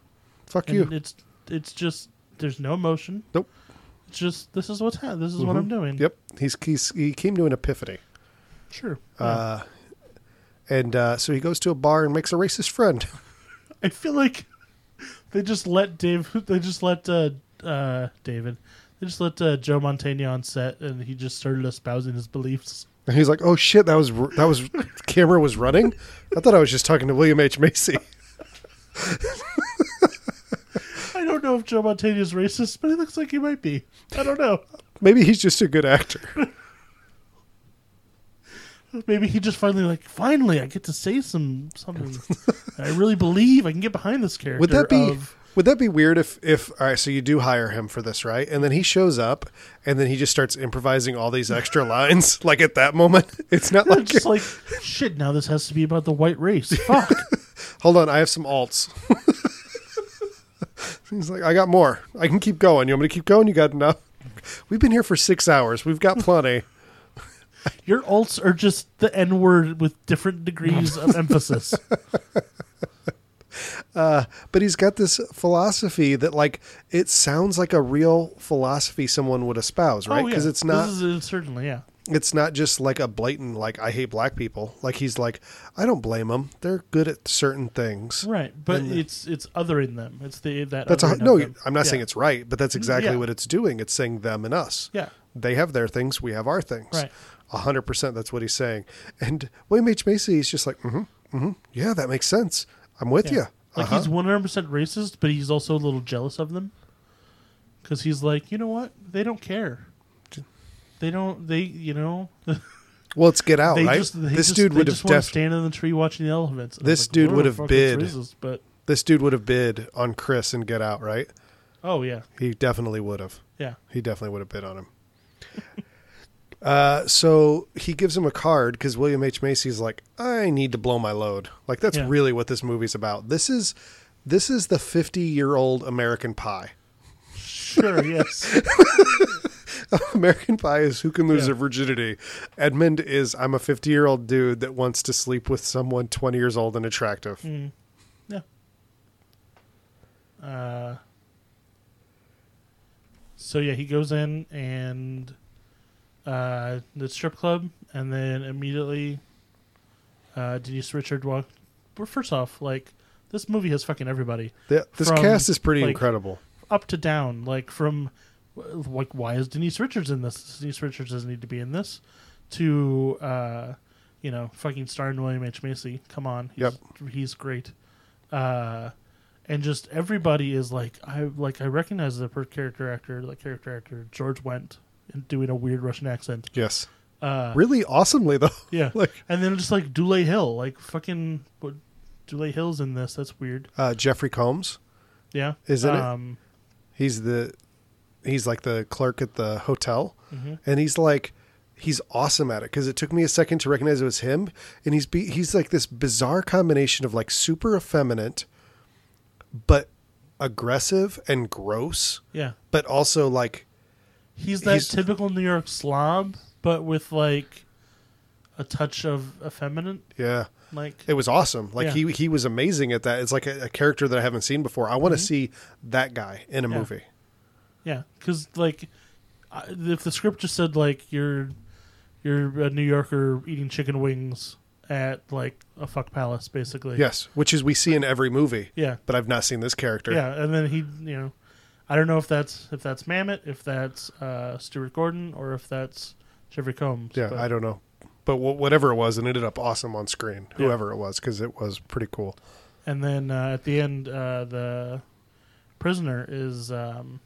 Fuck
And
you.
it's it's just there's no emotion.
nope. Mm-hmm.
It's just this is what's ha- this is what I'm doing.
Yep. He's, he's he came to an epiphany,
sure.
uh, and uh, so he goes to a bar and makes a racist friend.
I feel like they just let Dave. They just let uh, uh, David. They just let uh, Joe Montaigne on set, and he just started espousing his beliefs.
And he's like, "Oh shit, that was that was camera was running. I thought I was just talking to William H Macy."
I don't know if Joe Montaigne is racist, but he looks like he might be. I don't know.
Maybe he's just a good actor.
Maybe he just finally like finally I get to say some something. I really believe I can get behind this character.
Would that be
of-
would that be weird if if all right, so you do hire him for this, right? And then he shows up and then he just starts improvising all these extra lines like at that moment. It's not like,
just like shit? Now this has to be about the white race. Fuck.
hold on, I have some alts. He's like, I got more. I can keep going. You want me to keep going? You got enough? We've been here for six hours. We've got plenty.
Your alts are just the N word with different degrees of emphasis.
but he's got this philosophy that like it sounds like a real philosophy someone would espouse right because
Oh, yeah.
it's not
This is, certainly yeah.
it's not just like a blatant like i hate black people like he's like i don't blame them they're good at certain things
Right, but
And the-
it's it's othering them. It's the that
that's a,
othering of
no
them.
i'm not
Yeah. Mm,
saying it's right but that's exactly
yeah.
what it's doing it's saying them and us
yeah.
they have their things we have our things
Right.
100% that's what he's saying and william h macy is just like mm-hmm, mm-hmm, yeah that makes sense i'm with
Yeah.
you
Like
Uh-huh.
he's one hundred percent racist, but he's also a little jealous of them because he's like, you know what? They don't care. They don't. They you know.
well it's get out
They
Oh, right
just. They
this
just,
dude
they
would
just
have
want to
definitely
stand in the tree watching the elephants. And I'm
This
like,
dude
"Well,
would have
fuck, that's
bid.
Racist, but
this dude would have bid on Chris and Get Out, right?
oh yeah,
He definitely would have.
yeah.
He definitely would have bid on him. uh, so he gives him a card because William H Macy's like, I need to blow my load. Like that's
Yeah.
really what this movie's about. This is this is the fifty year old American Pie.
Sure. Yes.
American Pie is who can lose
Yeah.
their virginity. Edmund is I'm a fifty year old dude that wants to sleep with someone twenty years old and attractive.
Mm. Yeah. Uh, so yeah, he goes in and uh, the strip club, and then immediately uh, Denise Richard walk. Well, first off, like this movie has fucking everybody
Th- this
From,
cast is pretty
like,
incredible.
up to down. Like from like why is Denise Richards in this? Denise Richards doesn't need to be in this. To uh, you know, fucking starring William H Macy. Come on, he's, he's great. Uh, and just everybody is like I like I recognize the per character actor, like character actor George Wendt, and doing a weird Russian accent.
Yes,
Uh,
really awesomely though.
yeah,
like
and then just like Dule Hill, like fucking what, Dule Hill's in this. That's weird.
uh, Jeffrey Combs.
Yeah,
Is it?
Um,
He's the he's like the clerk at the hotel,
mm-hmm.
and he's like he's awesome at it because it took me a second to recognize it was him, and he's be, he's like this bizarre combination of like super effeminate, but aggressive and gross,
yeah.
but also like
He's that
He's-
typical New York slob, but with like a touch of effeminate.
yeah.
Like
It was awesome. Like
Yeah.
he he was amazing at that. It's like a, a character that I haven't seen before. I want to see that guy in a
Mm-hmm. Yeah.
movie.
yeah, because like I- if the script just said like you're you're a New Yorker eating chicken wings at like a fuck palace, basically.
Yes, which is we see in every movie,
Yeah.
but I've not seen this character.
Yeah, and then he, you know, I don't know if that's if that's Mamet, if that's uh, Stuart Gordon, or if that's Jeffrey Combs.
Yeah,
but-
I don't know. But w- whatever it was, it ended up awesome on screen,
Yeah.
whoever it was, because it was pretty cool.
And then uh, at the end, uh, the prisoner is um,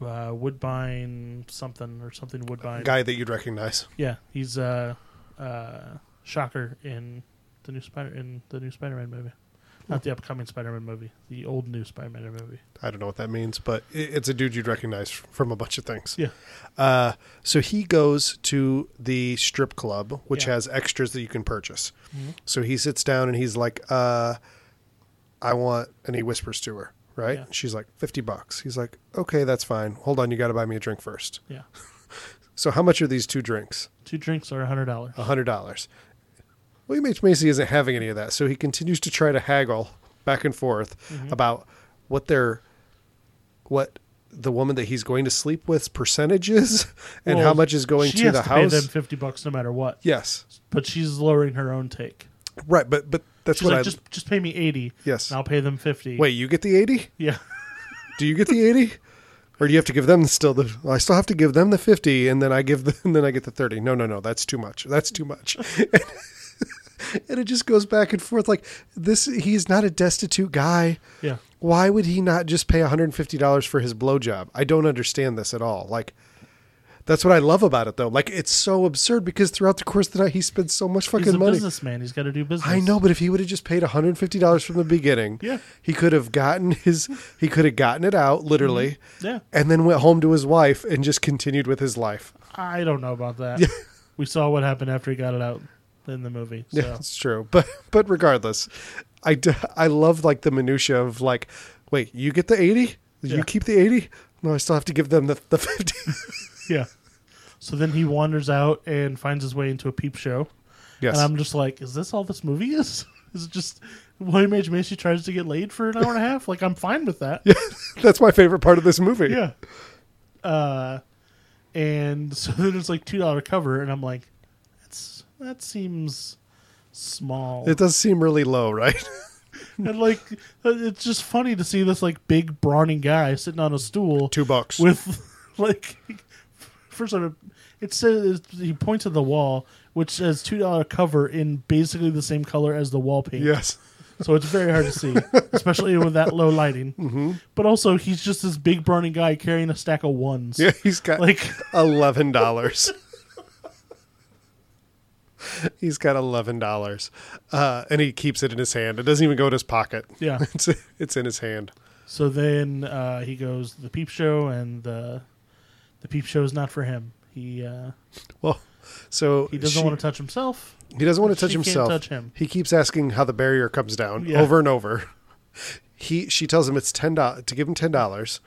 uh, Woodbine something or something Woodbine.
Guy that you'd recognize.
Yeah, he's uh, uh, Shocker in the new Spider in the new Spider-Man movie, not the upcoming Spider-Man movie, the old new Spider-Man movie.
I don't know what that means, but i- it's a dude you'd recognize f- from a bunch of things.
Yeah,
Uh, so he goes to the strip club, which
Yeah.
has extras that you can purchase. So he sits down and he's like, uh, I want, and he whispers to her, right?
Yeah.
She's like, 50 bucks. He's like, okay, that's fine. Hold on, you got to buy me a drink first.
yeah.
So how much are these two drinks?
Two drinks are a hundred dollars.
hundred dollars. William H Macy isn't having any of that, so he continues to try to haggle back and forth
Mm-hmm.
about what their what the woman that he's going to sleep with's percentage is and
Well,
how much is going
she
to
has
the
to
house.
Pay them fifty bucks no matter what.
Yes,
But she's lowering her own take.
right, but but that's
She's
what
like,
I
just just pay me eighty.
Yes.
and I'll pay them fifty.
wait. You get the eighty?
Yeah.
Do you get the eighty? Or do you have to give them still the? I still have to give them the fifty, and then I give the, and then I get the thirty. No, no, no, that's too much. That's too much. and it just goes back and forth. Like this, he's not a destitute guy.
Yeah.
why would he not just pay $150 for his blowjob? I don't understand this at all. Like, That's what I love about it, though. Like it's so absurd because throughout the course of the night, he spends so much fucking
He's a
money.
businessman. He's got to do business.
I know, but if he would have just paid $150 from the beginning,
Yeah.
he could have gotten his he could have gotten it out literally,
Yeah,
and then went home to his wife and just continued with his life.
I don't know about that.
Yeah.
we saw what happened after he got it out in the movie. So.
Yeah, it's true. But but regardless, I d- I love like the minutia of like, wait, you get the 80?
Yeah.
You keep the 80? No, I still have to give them the, the 50.
Yeah. So then he wanders out and finds his way into a peep show.
yes.
And I'm just like, is this all this movie is? Is it just William H. Macy tries to get laid for an hour and a half? Like, I'm fine with that. Yeah.
That's my favorite part of this movie.
Uh, and so then it's like $2 cover. And I'm like, that's, that seems small.
It does seem really low, right?
and like, it's just funny to see this like big brawny guy sitting on a stool.
Two bucks.
with like first of all, it says he points at the wall which says two dollar cover in basically the same color as the wall paint
yes.
so it's very hard to see especially with that low lighting mm-hmm. but also he's just this big burning guy carrying a stack of ones
Yeah, he's got
like
eleven dollars. he's got eleven dollars, uh, and he keeps it in his hand. It doesn't even go in his pocket.
yeah
It's it's in his hand.
so then uh, he goes to the peep show and the the peep show is not for him he uh,
Well, so
he doesn't want to touch himself
He doesn't want to touch
she can't
himself.
touch him.
He keeps asking how the barrier comes down
Yeah.
over and over. He she tells him it's ten dollars to give him ten dollars.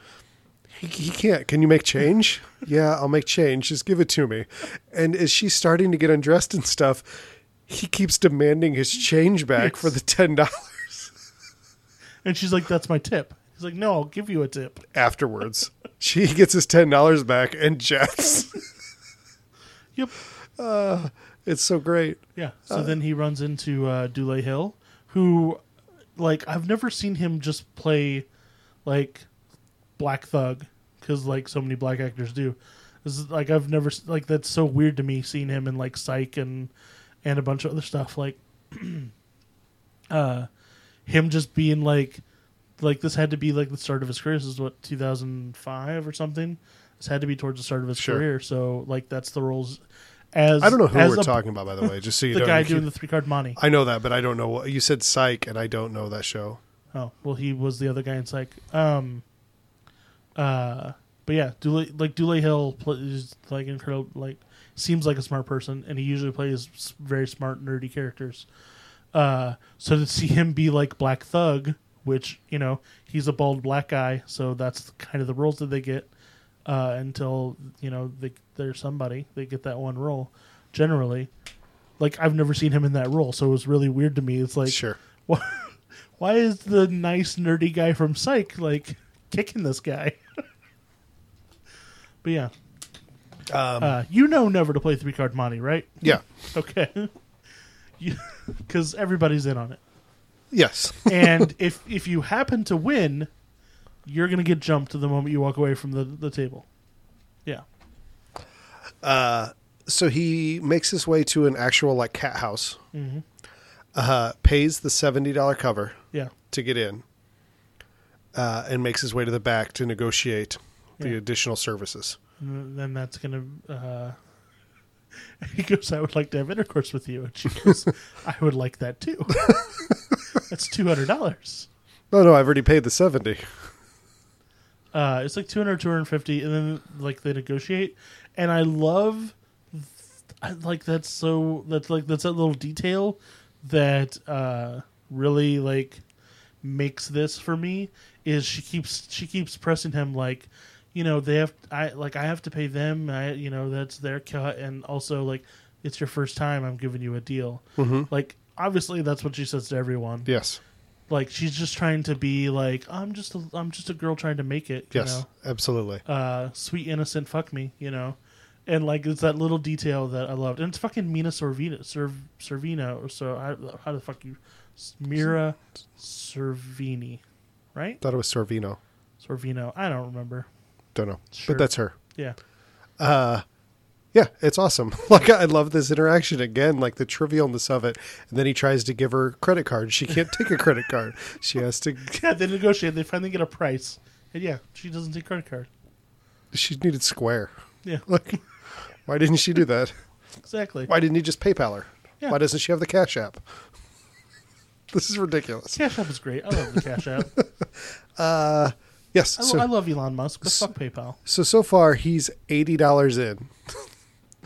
He, he can't. Can you make change? yeah, I'll make change. Just give it to me. And as she's starting to get undressed and stuff, he keeps demanding his change back
Yes.
for the ten dollars
and she's like that's my tip he's like no i'll give you a tip
afterwards. she gets his ten dollars back and jets.
yep
it's so great.
Yeah. So
Uh,
then he runs into uh, Dule Hill, who, like, I've never seen him just play, like, black thug, because like so many black actors do. This is like I've never s- like that's so weird to me seeing him in like Psych and and a bunch of other stuff like, uh, him just being like, like this had to be like the start of his career. This is what 2005 or something. This had to be towards the start of his
Sure.
career. So like that's the roles. As
I don't know who
as
we're
a
talking about, by the way. Just so you
the
don't
guy
keep-
doing the three card money.
I know that, but I don't know what you said. Psych, and I don't know that show.
Oh well, he was the other guy in Psych. Um, uh, but yeah, Dule, like Dule Hill pl- is like incredible. Like seems like a smart person, and he usually plays s- very smart, nerdy characters. Uh, so to see him be like Black Thug, which you know he's a bald black guy, so that's kind of the roles that they get uh, until you know they, they're somebody. They get that one role generally. Like I've never seen him in that role, so it was really weird to me. It's like
sure.
why, why is the nice nerdy guy from Psych like kicking this guy? but yeah,
Um,
uh, you know never to play three card money, right?
yeah.
Okay, because everybody's in on it,
Yes.
and if if you happen to win, you're gonna get jumped the moment you walk away from the the table. Yeah,
so he makes his way to an actual like cat house.
Mm-hmm.
Uh, pays the seventy dollar cover
yeah,
to get in, uh, and makes his way to the back to negotiate the
Yeah.
additional services.
and Mm, then that's gonna. Uh, he goes, I would like to have intercourse with you. And she goes, I would like that too. That's $200.
No, no, I've already paid the seventy.
Uh, it's like 200, 250, and then like they negotiate. And I love, I, like that's so that's like that's that little detail that uh, really like makes this for me is she keeps she keeps pressing him like you know they have I like I have to pay them I you know that's their cut and also like it's your first time I'm giving you a deal like obviously that's what she says to everyone
Yes.
like she's just trying to be like I'm just a, I'm just a girl trying to make it. You
Yes.
know?
Absolutely.
uh, sweet innocent fuck me, you know, and like it's that little detail that I loved, and it's fucking Mina Sorvino, Serv, Servino, so I, how the fuck you, Mira Servini, right?
Thought it was Sorvino.
Sorvino, I don't remember.
Don't know,
Sure.
but that's her.
Yeah,
Yeah, it's awesome. Like I love this interaction again, like the trivialness of it. And then he tries to give her credit card. She can't take a credit card. She has to
yeah, they negotiate, they finally get a price, and yeah, she doesn't take credit card.
she needed square.
Yeah,
Like Why didn't she do that?
Exactly.
Why didn't he just PayPal her?
Yeah.
Why doesn't she have the Cash App? this is ridiculous.
Cash App is great. I love the Cash App.
Yes.
I, lo-
so,
I love Elon Musk, but fuck PayPal.
so so far he's eighty dollars in.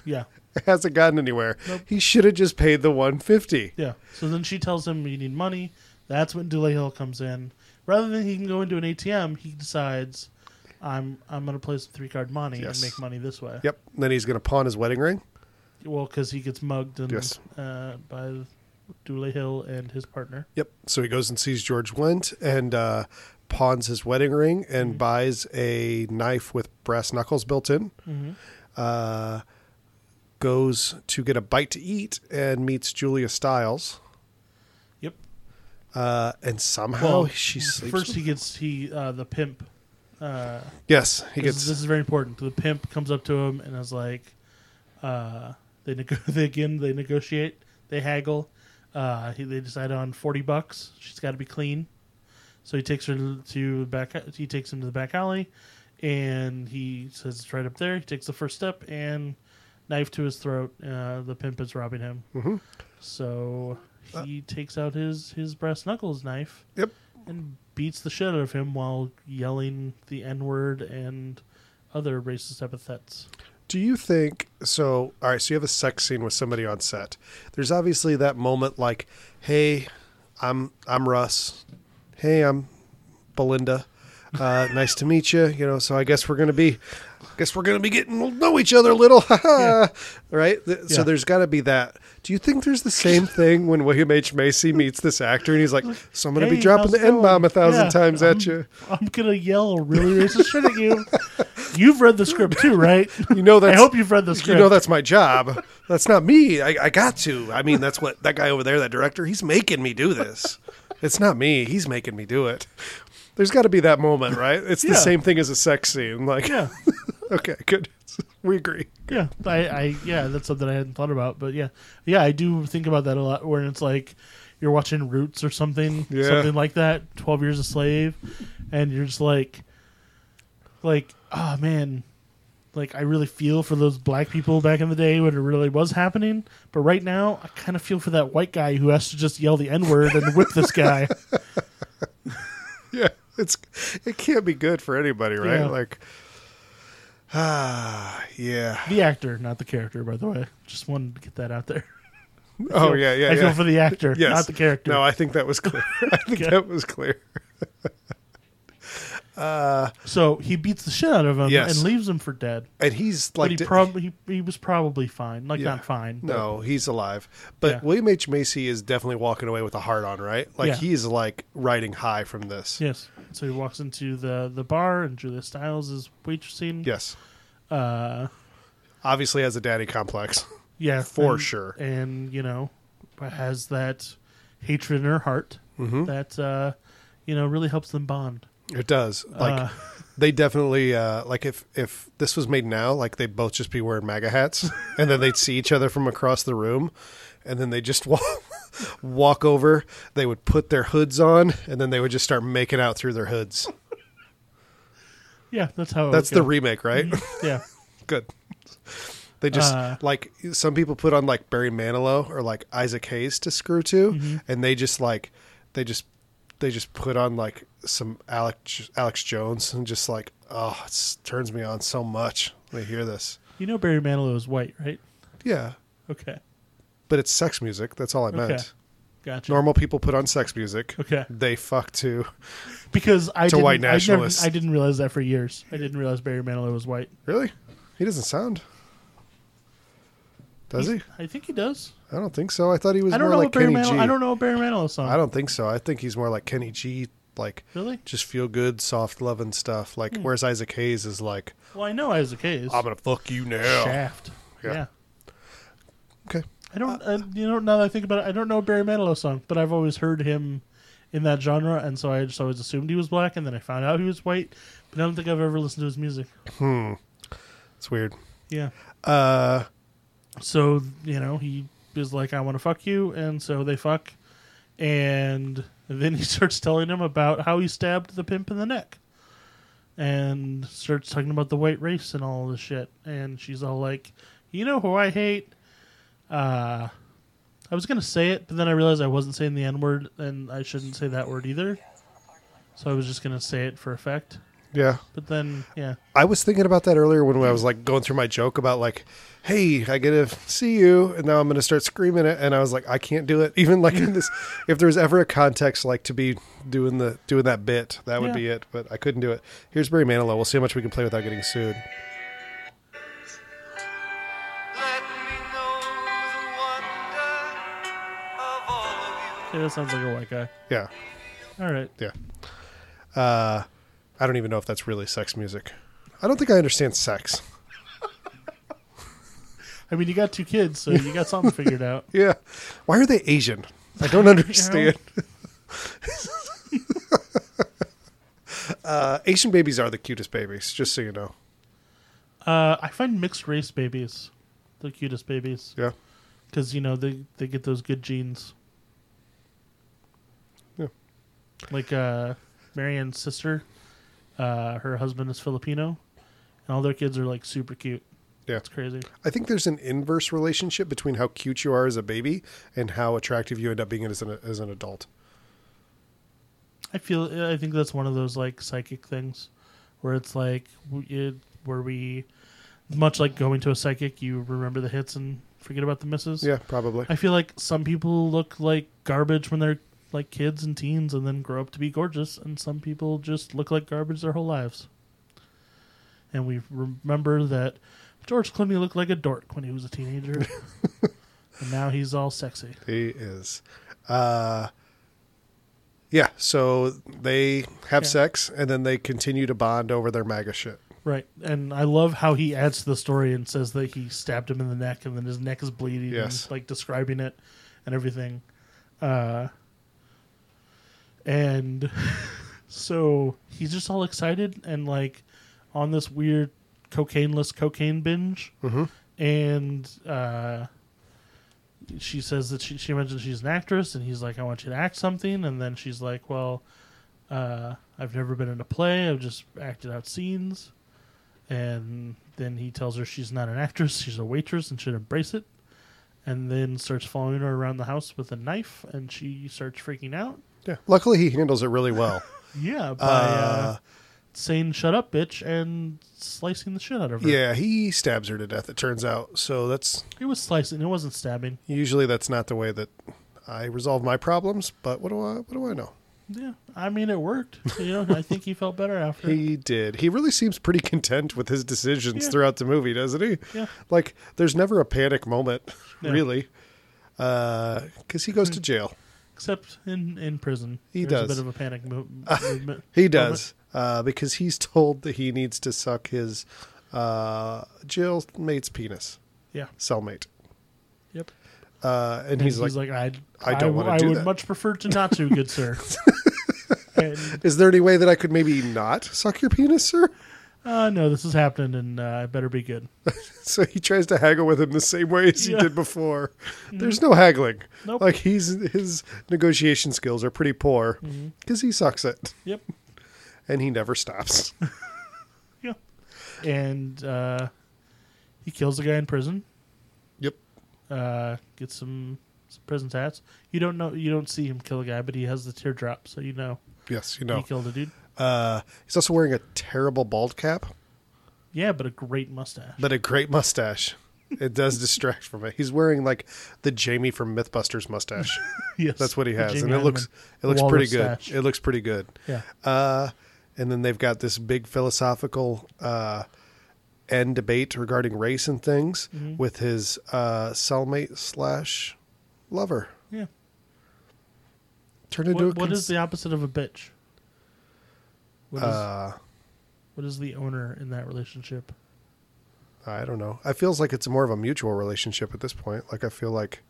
Yeah.
Hasn't gotten anywhere.
Nope.
He should have just paid the one fifty.
Yeah. So then she tells him you need money. That's when Delay Hill comes in. Rather than he can go into an ATM, he decides I'm I'm gonna play some three card money
Yes.
and make money this way.
Yep. And then he's going to pawn his wedding ring.
Well, because he gets mugged and
Yes.
uh, by Dooley Hill and his partner.
Yep. So he goes and sees George Wendt and uh, pawns his wedding ring and
Mm-hmm.
buys a knife with brass knuckles built in. Uh, goes to get a bite to eat and meets Julia Stiles.
Yep.
Uh, and somehow she sleeps.
First,
with-
he gets he uh, the pimp. Uh,
yes, he
this,
gets.
this is very important. The pimp comes up to him and is like, uh, they, nego- they again they negotiate, they haggle. Uh, he, they decide on forty bucks. She's got to be clean, so he takes her to- to the back. He takes him to the back alley, and he says it's right up there. He takes the first step and knife to his throat. Uh, the pimp is robbing him,
Mhm.
so he takes out his his brass knuckles knife
Uh, Yep.
and beats the shit out of him while yelling the N word and other racist epithets.
Do you think so? All right, so you have a sex scene with somebody on set. There's obviously that moment like, "Hey, I'm I'm Russ. Hey, I'm Belinda. Uh, nice to meet you. You know, so I guess we're gonna be, guess we're gonna be getting to know each other a little, Ha ha. right? Th- So
Yeah.
there's got to be that. Do you think there's the same thing when William H Macy meets this actor and he's like, "So I'm gonna
"Hey,
be dropping
how's
the
it going?"
n bomb a thousand
Yeah,
times
um,
at you.
I'm gonna yell really racist shit at you. You've read the script too, right?
You know
I
that's
hope you've read the script.
you know that's my job. That's not me. I, I got to. I mean, that's what that guy over there, that director, he's making me do this. It's not me. He's making me do it. There's got to be that moment, right? It's
Yeah.
the same thing as a sex scene. Like,
Yeah,
okay, good. We agree.
yeah. I, I, yeah. That's something I hadn't thought about, but yeah, yeah. I do think about that a lot. Where it's like you're watching Roots or something,
Yeah.
something like that. Twelve Years a Slave, and you're just like, like, oh man, like I really feel for those black people back in the day when it really was happening. But right now, I kind of feel for that white guy who has to just yell the N word and whip this guy.
Yeah, it's it can't be good for anybody, right?
Yeah.
Like, ah, yeah.
The actor, not the character, by the way. Just wanted to get that out there.
Oh yeah, yeah.
I
yeah.
feel for the actor,
Yes.
not the character.
No, I think that was clear. I think
Okay.
that was clear.
so he beats the shit out of him
Yes.
and leaves him for dead.
And he's
But
like,
he, prob- he he was probably fine. Like not fine. but-
No, he's alive. But
Yeah.
William H. Macy is definitely walking away with a heart on, right? Like
Yeah.
he's like riding high from this.
Yes. So he walks into the the bar and Julia Stiles is waitressing.
Yes.
Uh,
Obviously has a daddy complex.
yeah.
For
and-
sure.
And you know, has that hatred in her heart
Mm-hmm.
that uh, you know really helps them bond.
It does. Like
Uh.
they definitely uh like if if this was made now, like they'd both just be wearing MAGA hats and then they'd see each other from across the room and then they just walk walk over, they would put their hoods on, and then they would just start making out through their hoods.
Yeah, that's how. it
That's
would
the
go.
remake, right?
yeah.
good. They just
Uh,
like some people put on like Barry Manilow or like Isaac Hayes to screw to,
Mm-hmm.
and they just like they just they just put on like some Alex Alex Jones and just like oh, it turns me on so much when I hear this.
You know Barry Manilow is white, right?
Yeah,
Okay.
but it's sex music. That's all I meant.
Okay. Gotcha.
Normal people put on sex music.
Okay.
They fuck too.
Because I
To
didn't,
white
I never-
nationalists.
I, didn't realize that for years. I didn't realize Barry Manilow was white.
Really? He doesn't sound. Does he?
I think he does.
I don't think so. I thought he was
I don't
more
know
like
what Barry
Kenny
Manilow.
G.
I don't know a Barry Manilow song.
I don't think so. I think he's more like Kenny G, like
really.
just feel good, soft loving stuff. Like whereas Isaac Hayes is like,
Well, I know Isaac Hayes.
I'm gonna fuck you now.
Shaft. Yeah.
Yeah. Okay.
I don't. Uh, you know, now that I think about it, I don't know a Barry Manilow song, but I've always heard him in that genre, and so I just always assumed he was black, and then I found out he was white. But I don't think I've ever listened to his music.
Hmm. It's weird.
Yeah.
Uh,
so you know he is like i want to fuck you and so they fuck and then he starts telling him about how he stabbed the pimp in the neck and starts talking about the white race and all this shit and she's all like You know who I hate? Uh, I was gonna say it, but then I realized I wasn't saying the N word, and I shouldn't say that word either. So I was just gonna say it for effect.
Yeah.
But then, yeah,
I was thinking about that earlier when I was like going through my joke about like, hey, I get to see you, and now I'm going to start screaming it, and I was like, I can't do it. Even like in this, if there's ever a context like to be doing the doing that bit, that would
Yeah.
be it. But I couldn't do it. Here's Barry Manilow. We'll see how much we can play without getting sued.
Let me know the wonder of all of you.
okay, that sounds like a white guy.
Yeah,
All right,
yeah. Uh, I don't even know if that's really sex music. I don't think I understand sex.
I mean, you got two kids, so you got something figured out.
Yeah. Why are they Asian? I don't understand. uh, Asian babies are the cutest babies, just so you know.
Uh, I find mixed race babies the cutest babies
Yeah.
because you know they they get those good genes.
Yeah.
Like uh, Marianne's sister, uh, her husband is Filipino, and all their kids are like super cute.
Yeah.
It's crazy.
I think there's an inverse relationship between how cute you are as a baby and how attractive you end up being as an, as an adult.
I feel I think that's one of those like psychic things where it's like w- it, where we much like going to a psychic, you remember the hits and forget about the misses.
Yeah, probably.
I feel like some people look like garbage when they're like kids and teens and then grow up to be gorgeous, and some people just look like garbage their whole lives. And we remember that George Clooney looked like a dork when he was a teenager, and now he's all sexy.
He is. Uh, yeah, so they have
Yeah.
sex and then they continue to bond over their MAGA shit.
Right, and I love how he adds to the story and says that he stabbed him in the neck, and then his neck is bleeding.
Yes.
and, like describing it and everything. Uh, and so he's just all excited and like on this weird cocaine-less cocaine binge, and uh, she says that she she mentions she's an actress, and he's like, "I want you to act something," and then she's like, "Well." uh, I've never been in a play. I've just acted out scenes. And then he tells her she's not an actress. She's a waitress and should embrace it. And then starts following her around the house with a knife. And she starts freaking out.
Yeah. Luckily, he handles it really well.
Yeah, by uh,
Uh,
saying "shut up, bitch" and slicing the shit out of her.
yeah, he stabs her to death, it turns out. So that's
it was slicing. It wasn't stabbing.
Usually, that's not the way that I resolve my problems. But what do I? What do I know?
Yeah, I mean it worked. You know, I think he felt better after.
He did. He really seems pretty content with his decisions
Yeah.
throughout the movie, doesn't he?
Yeah.
Like, there's never a panic moment,
No.
really, because he goes to jail.
Except in in prison,
He
There's
does.
a bit of a panic mo- movement.
He does uh, because he's told that he needs to suck his uh, jail mate's penis,
Yeah.
cellmate,
Yep.
uh, and,
And
he's, like,
I'd,
I don't wanna
I
do
would
that."
much prefer to not to, good sir. and
"Is there any way that I could maybe not suck your penis, sir?"
uh, no, this is happening, and uh, I better be good.
So he tries to haggle with him the same way as
Yeah. Mm-hmm.
he did before. There's no haggling.
Nope.
Like he's his negotiation skills are pretty poor
Mm-hmm.
because he sucks it
Yep.
and he never stops.
Yeah. And uh, he kills the guy in prison.
yep.
Uh, gets some, some prison tats. You don't know. You don't see him kill a guy, but he has the teardrop, so you know
Yes, you
he
know.
killed a dude.
Uh, he's also wearing a terrible bald cap,
Yeah, but a great mustache.
but a great mustache. It does distract from it. He's wearing like the Jamie from MythBusters mustache.
yes,
That's what he
the
has, and
Jamie
it looks
Hyneman,
it looks
walrus
pretty good.
stache.
It looks pretty good.
yeah,
Uh, and then they've got this big philosophical uh, end debate regarding race and things
Mm-hmm.
with his uh, cellmate slash lover.
yeah.
Turned into
What,
a
what
cons-
is the opposite of a bitch? What is,
Uh,
what is the owner in that relationship?
I don't know. I feels like it's more of a mutual relationship at this point. Like I feel like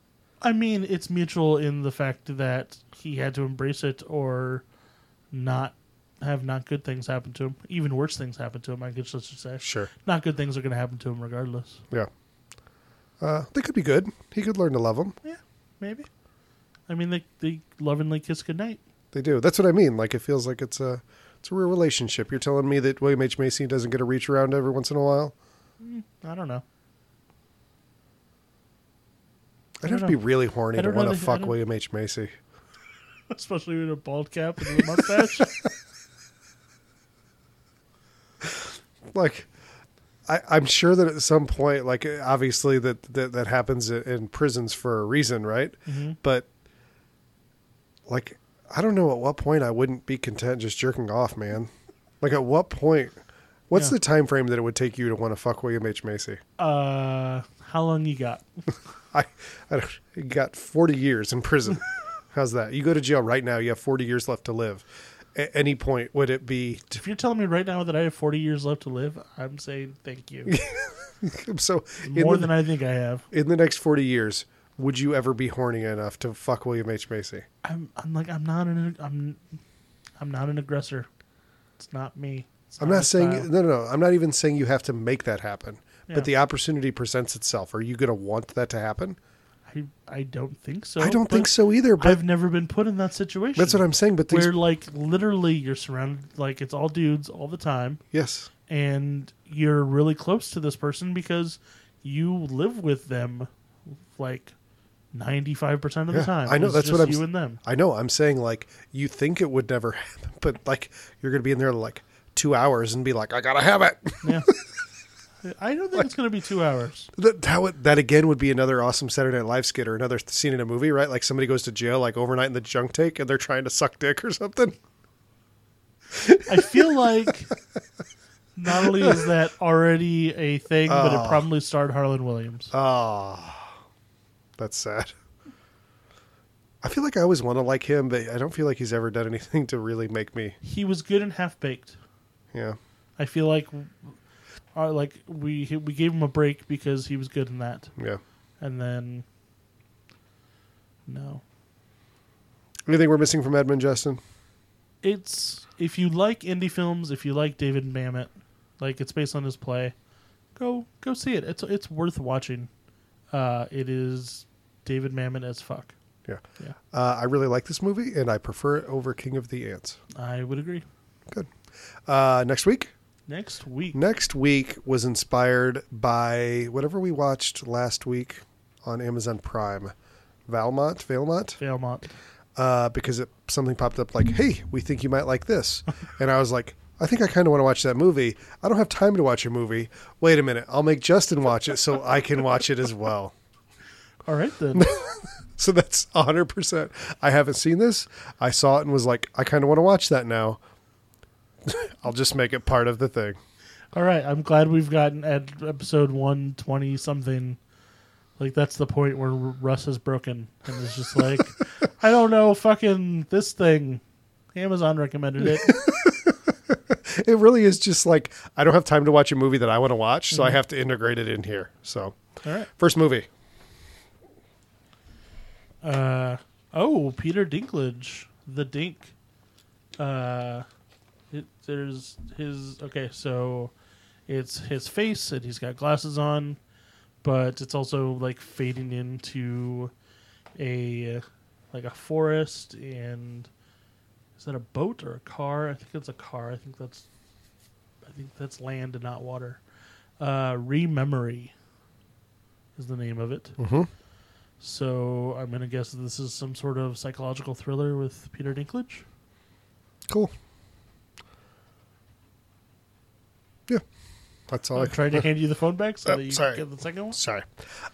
I mean, it's mutual in the fact that he had to embrace it or not have not good things happen to him. Even worse things happen to him, I guess let's just say.
Sure.
Not good things are going to happen to him regardless.
yeah, uh, they could be good. He could learn to love them.
Yeah, maybe. I mean, they, they lovingly kiss goodnight.
They do. That's what I mean. Like it feels like it's a it's a real relationship. You're telling me that William H Macy doesn't get a reach around every once in a while.
I don't know.
I'd
don't
have to be
know.
really horny
I
to
don't
want
know
to
the- I
fuck
don't-
William H. Macy.
especially with a bald cap and a mustache.
like I, I'm sure that at some point, like obviously that that, that happens i- in prisons for a reason, right?
Mm-hmm.
But like, I don't know at what point I wouldn't be content just jerking off, man. Like, at what point? What's
Yeah.
the time frame that it would take you to want to fuck William H Macy?
uh, how long you got?
I, I don't, you got 40 years in prison. How's that? You go to jail right now. You have 40 years left to live. At any point, would it be?
If you're telling me right now that I have 40 years left to live, I'm saying thank you.
so in
More
the-
than I think I have.
in the next 40 years, would you ever be horny enough to fuck William H. Macy?
I'm, I'm like I'm not an I'm I'm not an aggressor. It's not me. It's
I'm
my
not saying,
style.
no, no, no. I'm not even saying you have to make that happen,
Yeah.
but the opportunity presents itself. Are you going to want that to happen?
I I don't think so.
I don't think
but
so either, but
I've never been put in that situation.
that's what I'm saying. But these,
Where like literally you're surrounded like it's all dudes all the time,
yes,
and you're really close to this person because you live with them, like. Ninety-five percent of
Yeah,
the time,
I know,
It's
that's what
just
I'm
you
s-
and them.
I know. I'm saying like you think it would never happen, but like you're going to be in there like two hours and be like, I got to have it.
Yeah, I don't think it's going to be two hours.
That, that, would, that again would be another awesome Saturday Night Live skit or another scene in a movie, right? Like somebody goes to jail like overnight in the junk take and they're trying to suck dick or something.
I feel like not only is that already a thing, but it probably starred Harlan Williams.
That's sad. I feel like I always want to like him, but I don't feel like he's ever done anything to really make me.
he was good in Half Baked.
Yeah.
I feel like, uh, like we we gave him a break because he was good in that,
Yeah.
and then no,
Anything we're missing from Edmund Justin?
it's if you like indie films, if you like David Mamet, like it's based on his play, go go see it. It's it's worth watching. Uh, it is David Mamet as fuck.
Yeah.
Yeah,
Uh, I really like this movie, and I prefer it over King of the Ants.
I would agree.
Good. Uh, next week.
Next week.
Next week was inspired by whatever we watched last week on Amazon Prime, Valmont, Valmont,
Valmont.
uh, because it, something popped up like, "Hey, we think you might like this," and I was like, "I think I kind of want to watch that movie. I don't have time to watch a movie. Wait a minute, I'll make Justin watch it so I can watch it as well."
All right then.
So that's 100%. I haven't seen this. I saw it and was like, I kind of want to watch that now. I'll just make it part of the thing.
All right. I'm glad we've gotten at episode 120 something. Like that's the point where Russ is broken and it's just like, I don't know, fucking this thing. Amazon recommended it.
It really is just like, I don't have time to watch a movie that I want to watch, so I have to integrate it in here. So,
All right.
first movie.
Uh, oh, Peter Dinklage, the Dink. Uh, it, there's his. Okay, so it's his face, and he's got glasses on, but it's also like fading into a like a forest, and is that a boat or a car? I think it's a car. I think that's I think that's land and not water. Uh, Rememory is the name of it. So I'm gonna guess that this is some sort of psychological thriller with Peter Dinklage.
Cool. Yeah. That's all
I'm
I
trying to hand you the phone back so
Oh,
that you
sorry.
get the second one.
Sorry.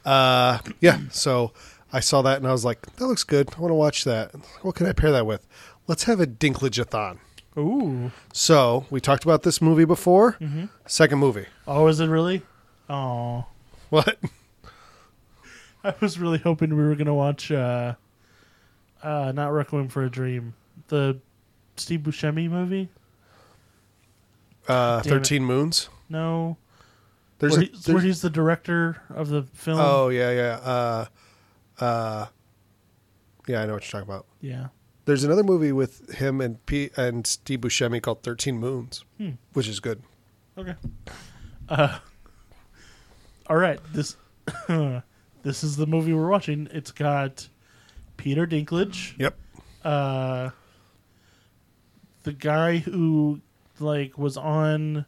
Uh, yeah. So I saw that and I was like, that looks good. I want to watch that. What can I pair that with? Let's have a Dinklage-a-thon.
Ooh.
So we talked about this movie before.
Mm-hmm.
Second movie.
Oh, is it really? Oh,
What?
I was really hoping we were gonna watch, uh, uh, not Requiem for a Dream, the Steve Buscemi movie.
Uh,
Damn it.
Thirteen Moons.
No,
There's,
where,
a,
he-
there's-
where he's the director of the film.
oh yeah yeah uh, uh, yeah I know what you're talking about.
yeah.
There's another movie with him and P and Steve Buscemi called Thirteen Moons,
Hmm.
which is good.
Okay. Uh, all right. This this is the movie we're watching. It's got Peter Dinklage,
Yep.
uh, the guy who like was on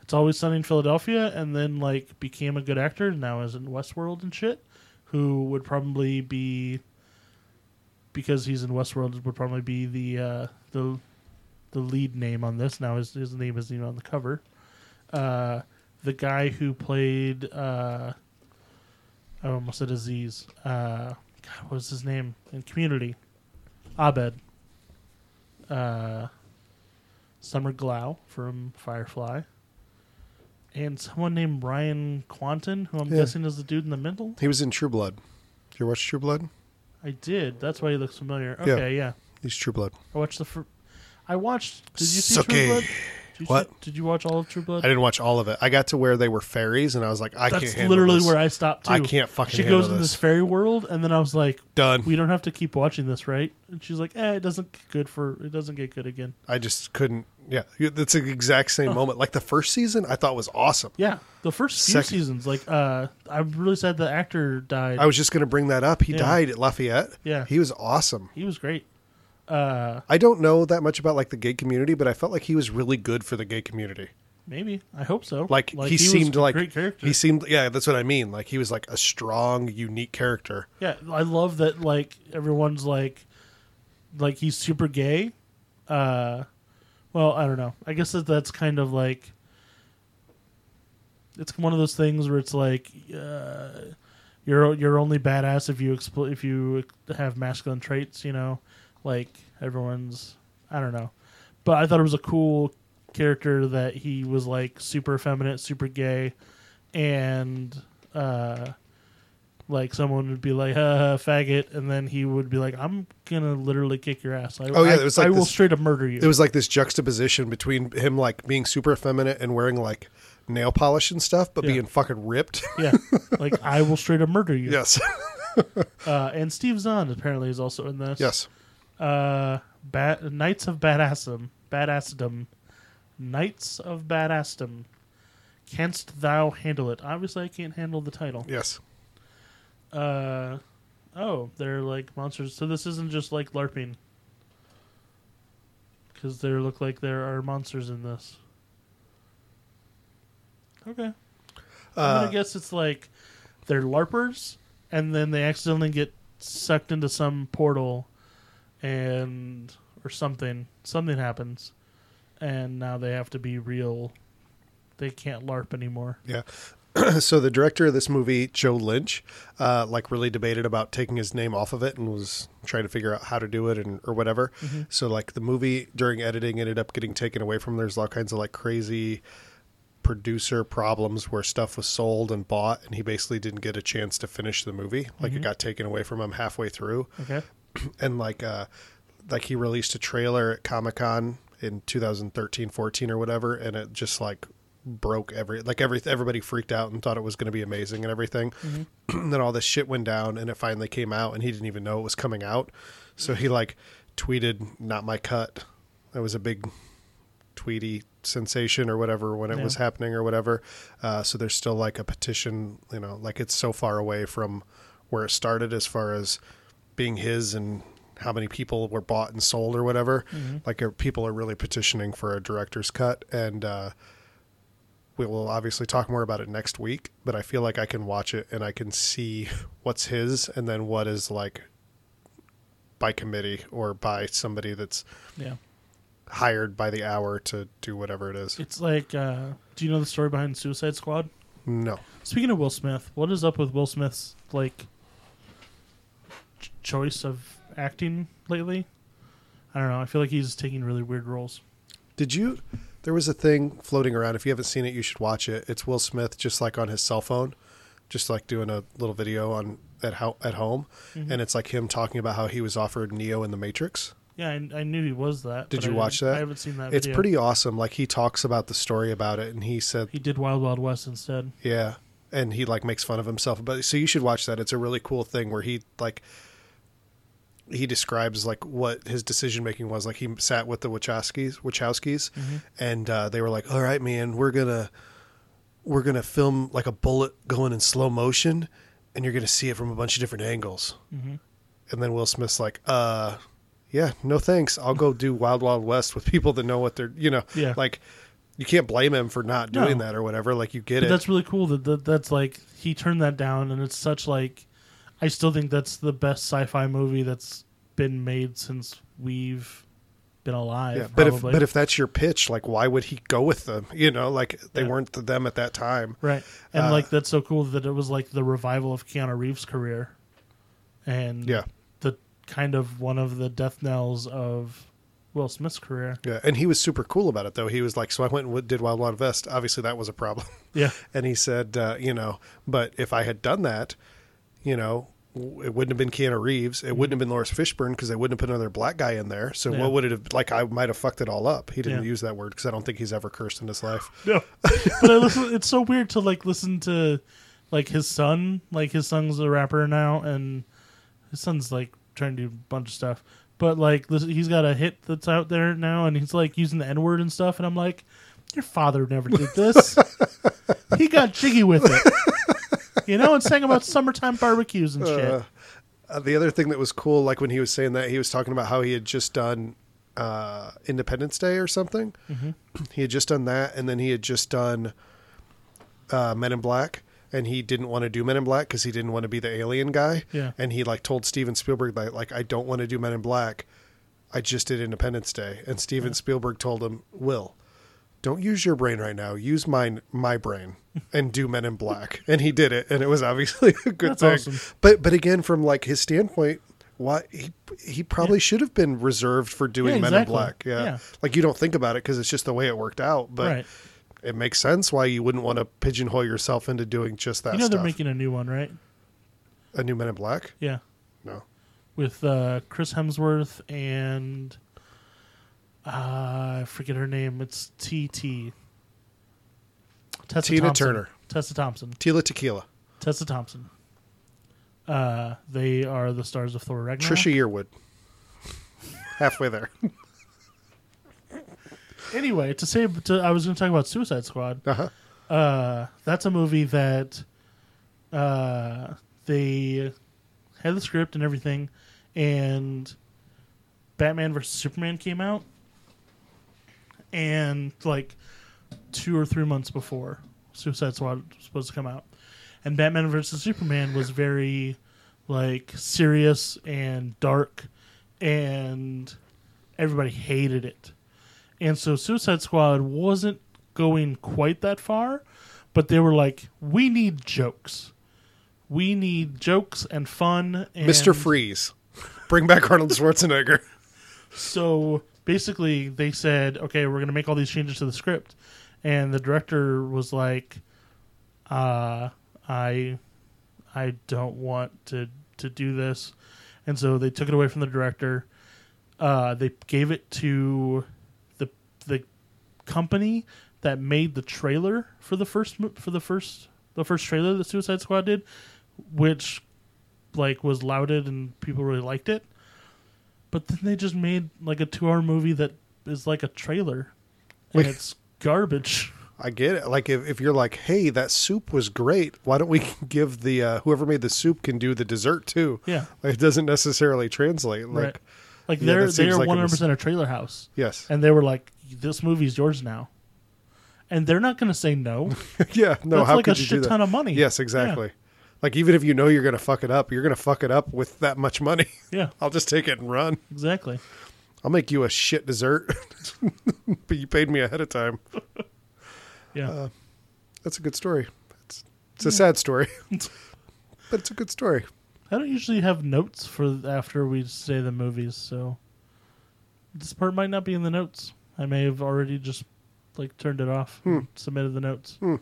It's Always Sunny in Philadelphia, and then like became a good actor, and now is in Westworld and shit. who would probably be because he's in Westworld would probably be the uh, the the lead name on this. Now his his name isn't even on the cover. Uh, the guy who played uh, I almost said Aziz. Uh, God, what was his name in Community? Abed. Uh, Summer Glau from Firefly. And someone named Brian Quanton, who I'm
Yeah.
guessing is the dude in the middle.
He was in True Blood. Did you watch True Blood?
I did. That's why he looks familiar.
Yeah.
Okay, yeah.
He's True Blood.
I watched the. Fr- I watched. Did you see
Sucky.
True Blood? Did you
What?
see- did you watch all of True Blood?
I didn't watch all of it. I got to where they were fairies, and I was like, I can't.
That's
handle
literally
this.
where I stopped too.
I can't fucking.
She
handle
goes in
this.
this fairy world, and then I was like,
Done.
"We don't have to keep watching this, right?" And she's like, "Eh, it doesn't get good for. It doesn't get good again."
I just couldn't. Yeah, that's the exact
Oh.
same moment. Like the first season, I thought was awesome.
Yeah, the first few
Second-
seasons, like, uh, I'm really sad the actor died.
I was just going to bring that up. He
Yeah.
died at Lafayette.
Yeah.
he was awesome.
he was great. Uh,
I don't know that much about like the gay community, but I felt like he was really good for the gay community.
maybe I hope so.
Like, he,
was
seemed
a
like
great character.
he seemed yeah, that's what I mean. Like he was like a strong, unique character.
Yeah, I love that. Like everyone's like, like he's super gay. Uh, well, I don't know. I guess that that's kind of like, it's one of those things where it's like, uh, you're you're only badass if you expl- if you have masculine traits. You know, like everyone's. I don't know, but I thought it was a cool character that he was like super effeminate, super gay, and. Uh, like someone would be like, "Ha, ha, faggot," and then he would be like, "I'm gonna literally kick your ass. I,
Oh, yeah,
I-
it was like
I will
this-
straight up murder you."
It was like this juxtaposition between him like being super effeminate and wearing like nail polish and stuff, but
Yeah.
being fucking ripped.
yeah, like I will straight up murder you.
yes,
Uh, and Steve Zahn apparently is also in this.
yes.
Uh, Bat- Knights of Badassdom, Badassdom, Knights of Badassdom. Canst thou handle it? Obviously, I can't handle the title.
Yes.
Uh, oh, they're like monsters. So this isn't just like LARPing. Because there look like there are monsters in this. Okay. I'm
Uh,
gonna guess it's like they're larpers, and then they accidentally get sucked into some portal, and or something. Something happens, and now they have to be real. They can't larp anymore.
Yeah. so the director of this movie, Joe Lynch, uh, like really debated about taking his name off of it and was trying to figure out how to do it and or whatever. So like the movie during editing ended up getting taken away from. There's all kinds of like crazy producer problems where stuff was sold and bought and he basically didn't get a chance to finish the movie like it got taken away from him halfway through
Okay.
and like uh like he released a trailer at comic-con in 2013 14 or whatever and it just like broke every like every everybody freaked out and thought it was going to be amazing and everything and then all this shit went down and it finally came out and he didn't even know it was coming out so he like tweeted not my cut that was a big tweety sensation or whatever when it
Yeah.
was happening or whatever uh, so there's still like a petition you know like it's so far away from where it started as far as being his and how many people were bought and sold or whatever like uh, people are really petitioning for a director's cut and uh, we will obviously talk more about it next week but i feel like i can watch it and i can see what's his and then what is like by committee or by somebody that's
Yeah.
hired by the hour to do whatever it is.
It's like, uh, do you know the story behind Suicide Squad?
No.
Speaking of Will Smith, what is up with Will Smith's like ch- choice of acting lately? I don't know. I feel like he's taking really weird roles.
Did you? There was a thing floating around. If you haven't seen it, you should watch it. It's Will Smith just like on his cell phone, just like doing a little video on at how at home,
Mm-hmm.
and it's like him talking about how he was offered Neo in the Matrix.
Yeah, I, I knew he was that.
Did
but
you
I
watch
didn't-
that?
I haven't seen that.
It's
video.
pretty awesome. Like he talks about the story about it, and he said,
He did Wild Wild West instead.
yeah, and he like makes fun of himself. But so you should watch that. It's a really cool thing where he like he describes like what his decision making was. Like he sat with the Wachowskis, Wachowskis,
Mm-hmm.
and uh, they were like, "All right, man, we're gonna we're gonna film like a bullet going in slow motion, and you're gonna see it from a bunch of different angles."
Mm-hmm.
And then Will Smith's like, "Uh, yeah, no thanks. I'll go do Wild Wild West with people that know what they're you know
Yeah.
like." You can't blame him for not doing
No.
that or whatever. Like you get
But
it.
that's really cool that, that that's like he turned that down, and it's such like I still think that's the best sci-fi movie that's been made since we've been alive.
Yeah, but
probably.
if but if that's your pitch, like why would he go with them? You know, like they
Yeah.
weren't the them at that time.
right, and
uh,
like that's so cool that it was like the revival of Keanu Reeves' career, and
Yeah,
the kind of one of the death knells of Will Smith's career.
yeah, and he was super cool about it though. He was like, so I went and w- did Wild Wild West. Obviously, that was a problem.
Yeah,
and he said, uh, you know, but if I had done that, you know, w- it wouldn't have been Keanu Reeves. It wouldn't have been Lawrence Fishburne because they wouldn't have put another black guy in there. So
Yeah.
what would it have like? I might have fucked it all up. He didn't
Yeah.
use that word because I don't think he's ever cursed in his life.
no. but I listen, it's so weird to like listen to like his son. Like his son's a rapper now, and his son's like trying to do a bunch of stuff. But like listen, he's got a hit that's out there now, and he's like using the N word and stuff. And I'm like, your father never did this. he got jiggy with it. You know, and sang about summertime barbecues and shit.
Uh, uh, the other thing that was cool, like when he was saying that, he was talking about how he had just done uh, Independence Day or something. He had just done that, and then he had just done uh, Men in Black, and he didn't want to do Men in Black because he didn't want to be the alien guy.
Yeah.
and he like told Steven Spielberg like, like I don't want to do Men in Black. I just did Independence Day, and Steven Spielberg told him, "Will, don't use your brain right now. Use mine, my brain, and do Men in Black." and he did it, and it was obviously a good
That's
thing.
awesome.
But but again, from like his standpoint, why he he probably should have been reserved for doing
Yeah,
Men in
exactly.
Black. Yeah.
Yeah.
like you don't think about it because it's just the way it worked out. But
Right.
it makes sense why you wouldn't want to pigeonhole yourself into doing just that
You know
stuff.
they're making a new one, right?
a new Men in Black.
Yeah.
No,
with uh, Chris Hemsworth and uh, I forget her name. It's TT. Tessa
Tina
Thompson.
Turner.
Tessa Thompson.
Tila Tequila,
Tessa Thompson. Uh, they are the stars of Thor Ragnarok.
Trisha Yearwood. Halfway there. E-
Anyway, to say, to, I was going to talk about Suicide Squad.
Uh-huh.
uh, that's a movie that uh, they had the script and everything, and Batman vs Superman came out, and like two or three months before Suicide Squad was supposed to come out, and Batman vs Superman was very like serious and dark, and everybody hated it. And so Suicide Squad wasn't going quite that far, but they were like, we need jokes. We need jokes and fun. And
Mr. Freeze. Bring back Arnold Schwarzenegger.
So basically, they said, okay, we're going to make all these changes to the script. And the director was like, uh, I, I don't want to, to do this. And so they took it away from the director. Uh, they gave it to the the company that made the trailer for the first mo- for the first the first trailer that Suicide Squad did, which like was lauded and people really liked it. But then they just made like a two hour movie that is like a trailer, and
Wait.
it's garbage.
I get it. Like if, if you're like, hey, that soup was great. Why don't we give the uh, whoever made the soup can do the dessert too?
Yeah,
Like, it doesn't necessarily translate. Like
right. Like
yeah,
they're
that seems
they're
like it was-
one hundred percent a trailer house.
yes,
and they were like, "This movie's yours now," and they're not going to say no.
yeah. No,
That's
how
like
could
a
you
shit
do that?
ton of money.
Yes, exactly. Like even if you know you're gonna fuck it up, you're gonna fuck it up with that much money.
Yeah,
I'll just take it and run.
exactly.
I'll make you a shit dessert, but you paid me ahead of time.
Yeah,
Uh, That's a good story. It's it's a sad story, but it's a good story.
I don't usually have notes for after we say the movies, so this part might not be in the notes. I may have already just like turned it off,
Hmm.
and submitted the notes, or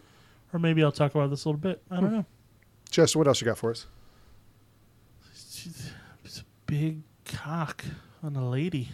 maybe I'll talk about this a little bit. I
Hmm.
don't know.
Justin, what else you got for us?
It's a big cock on a lady.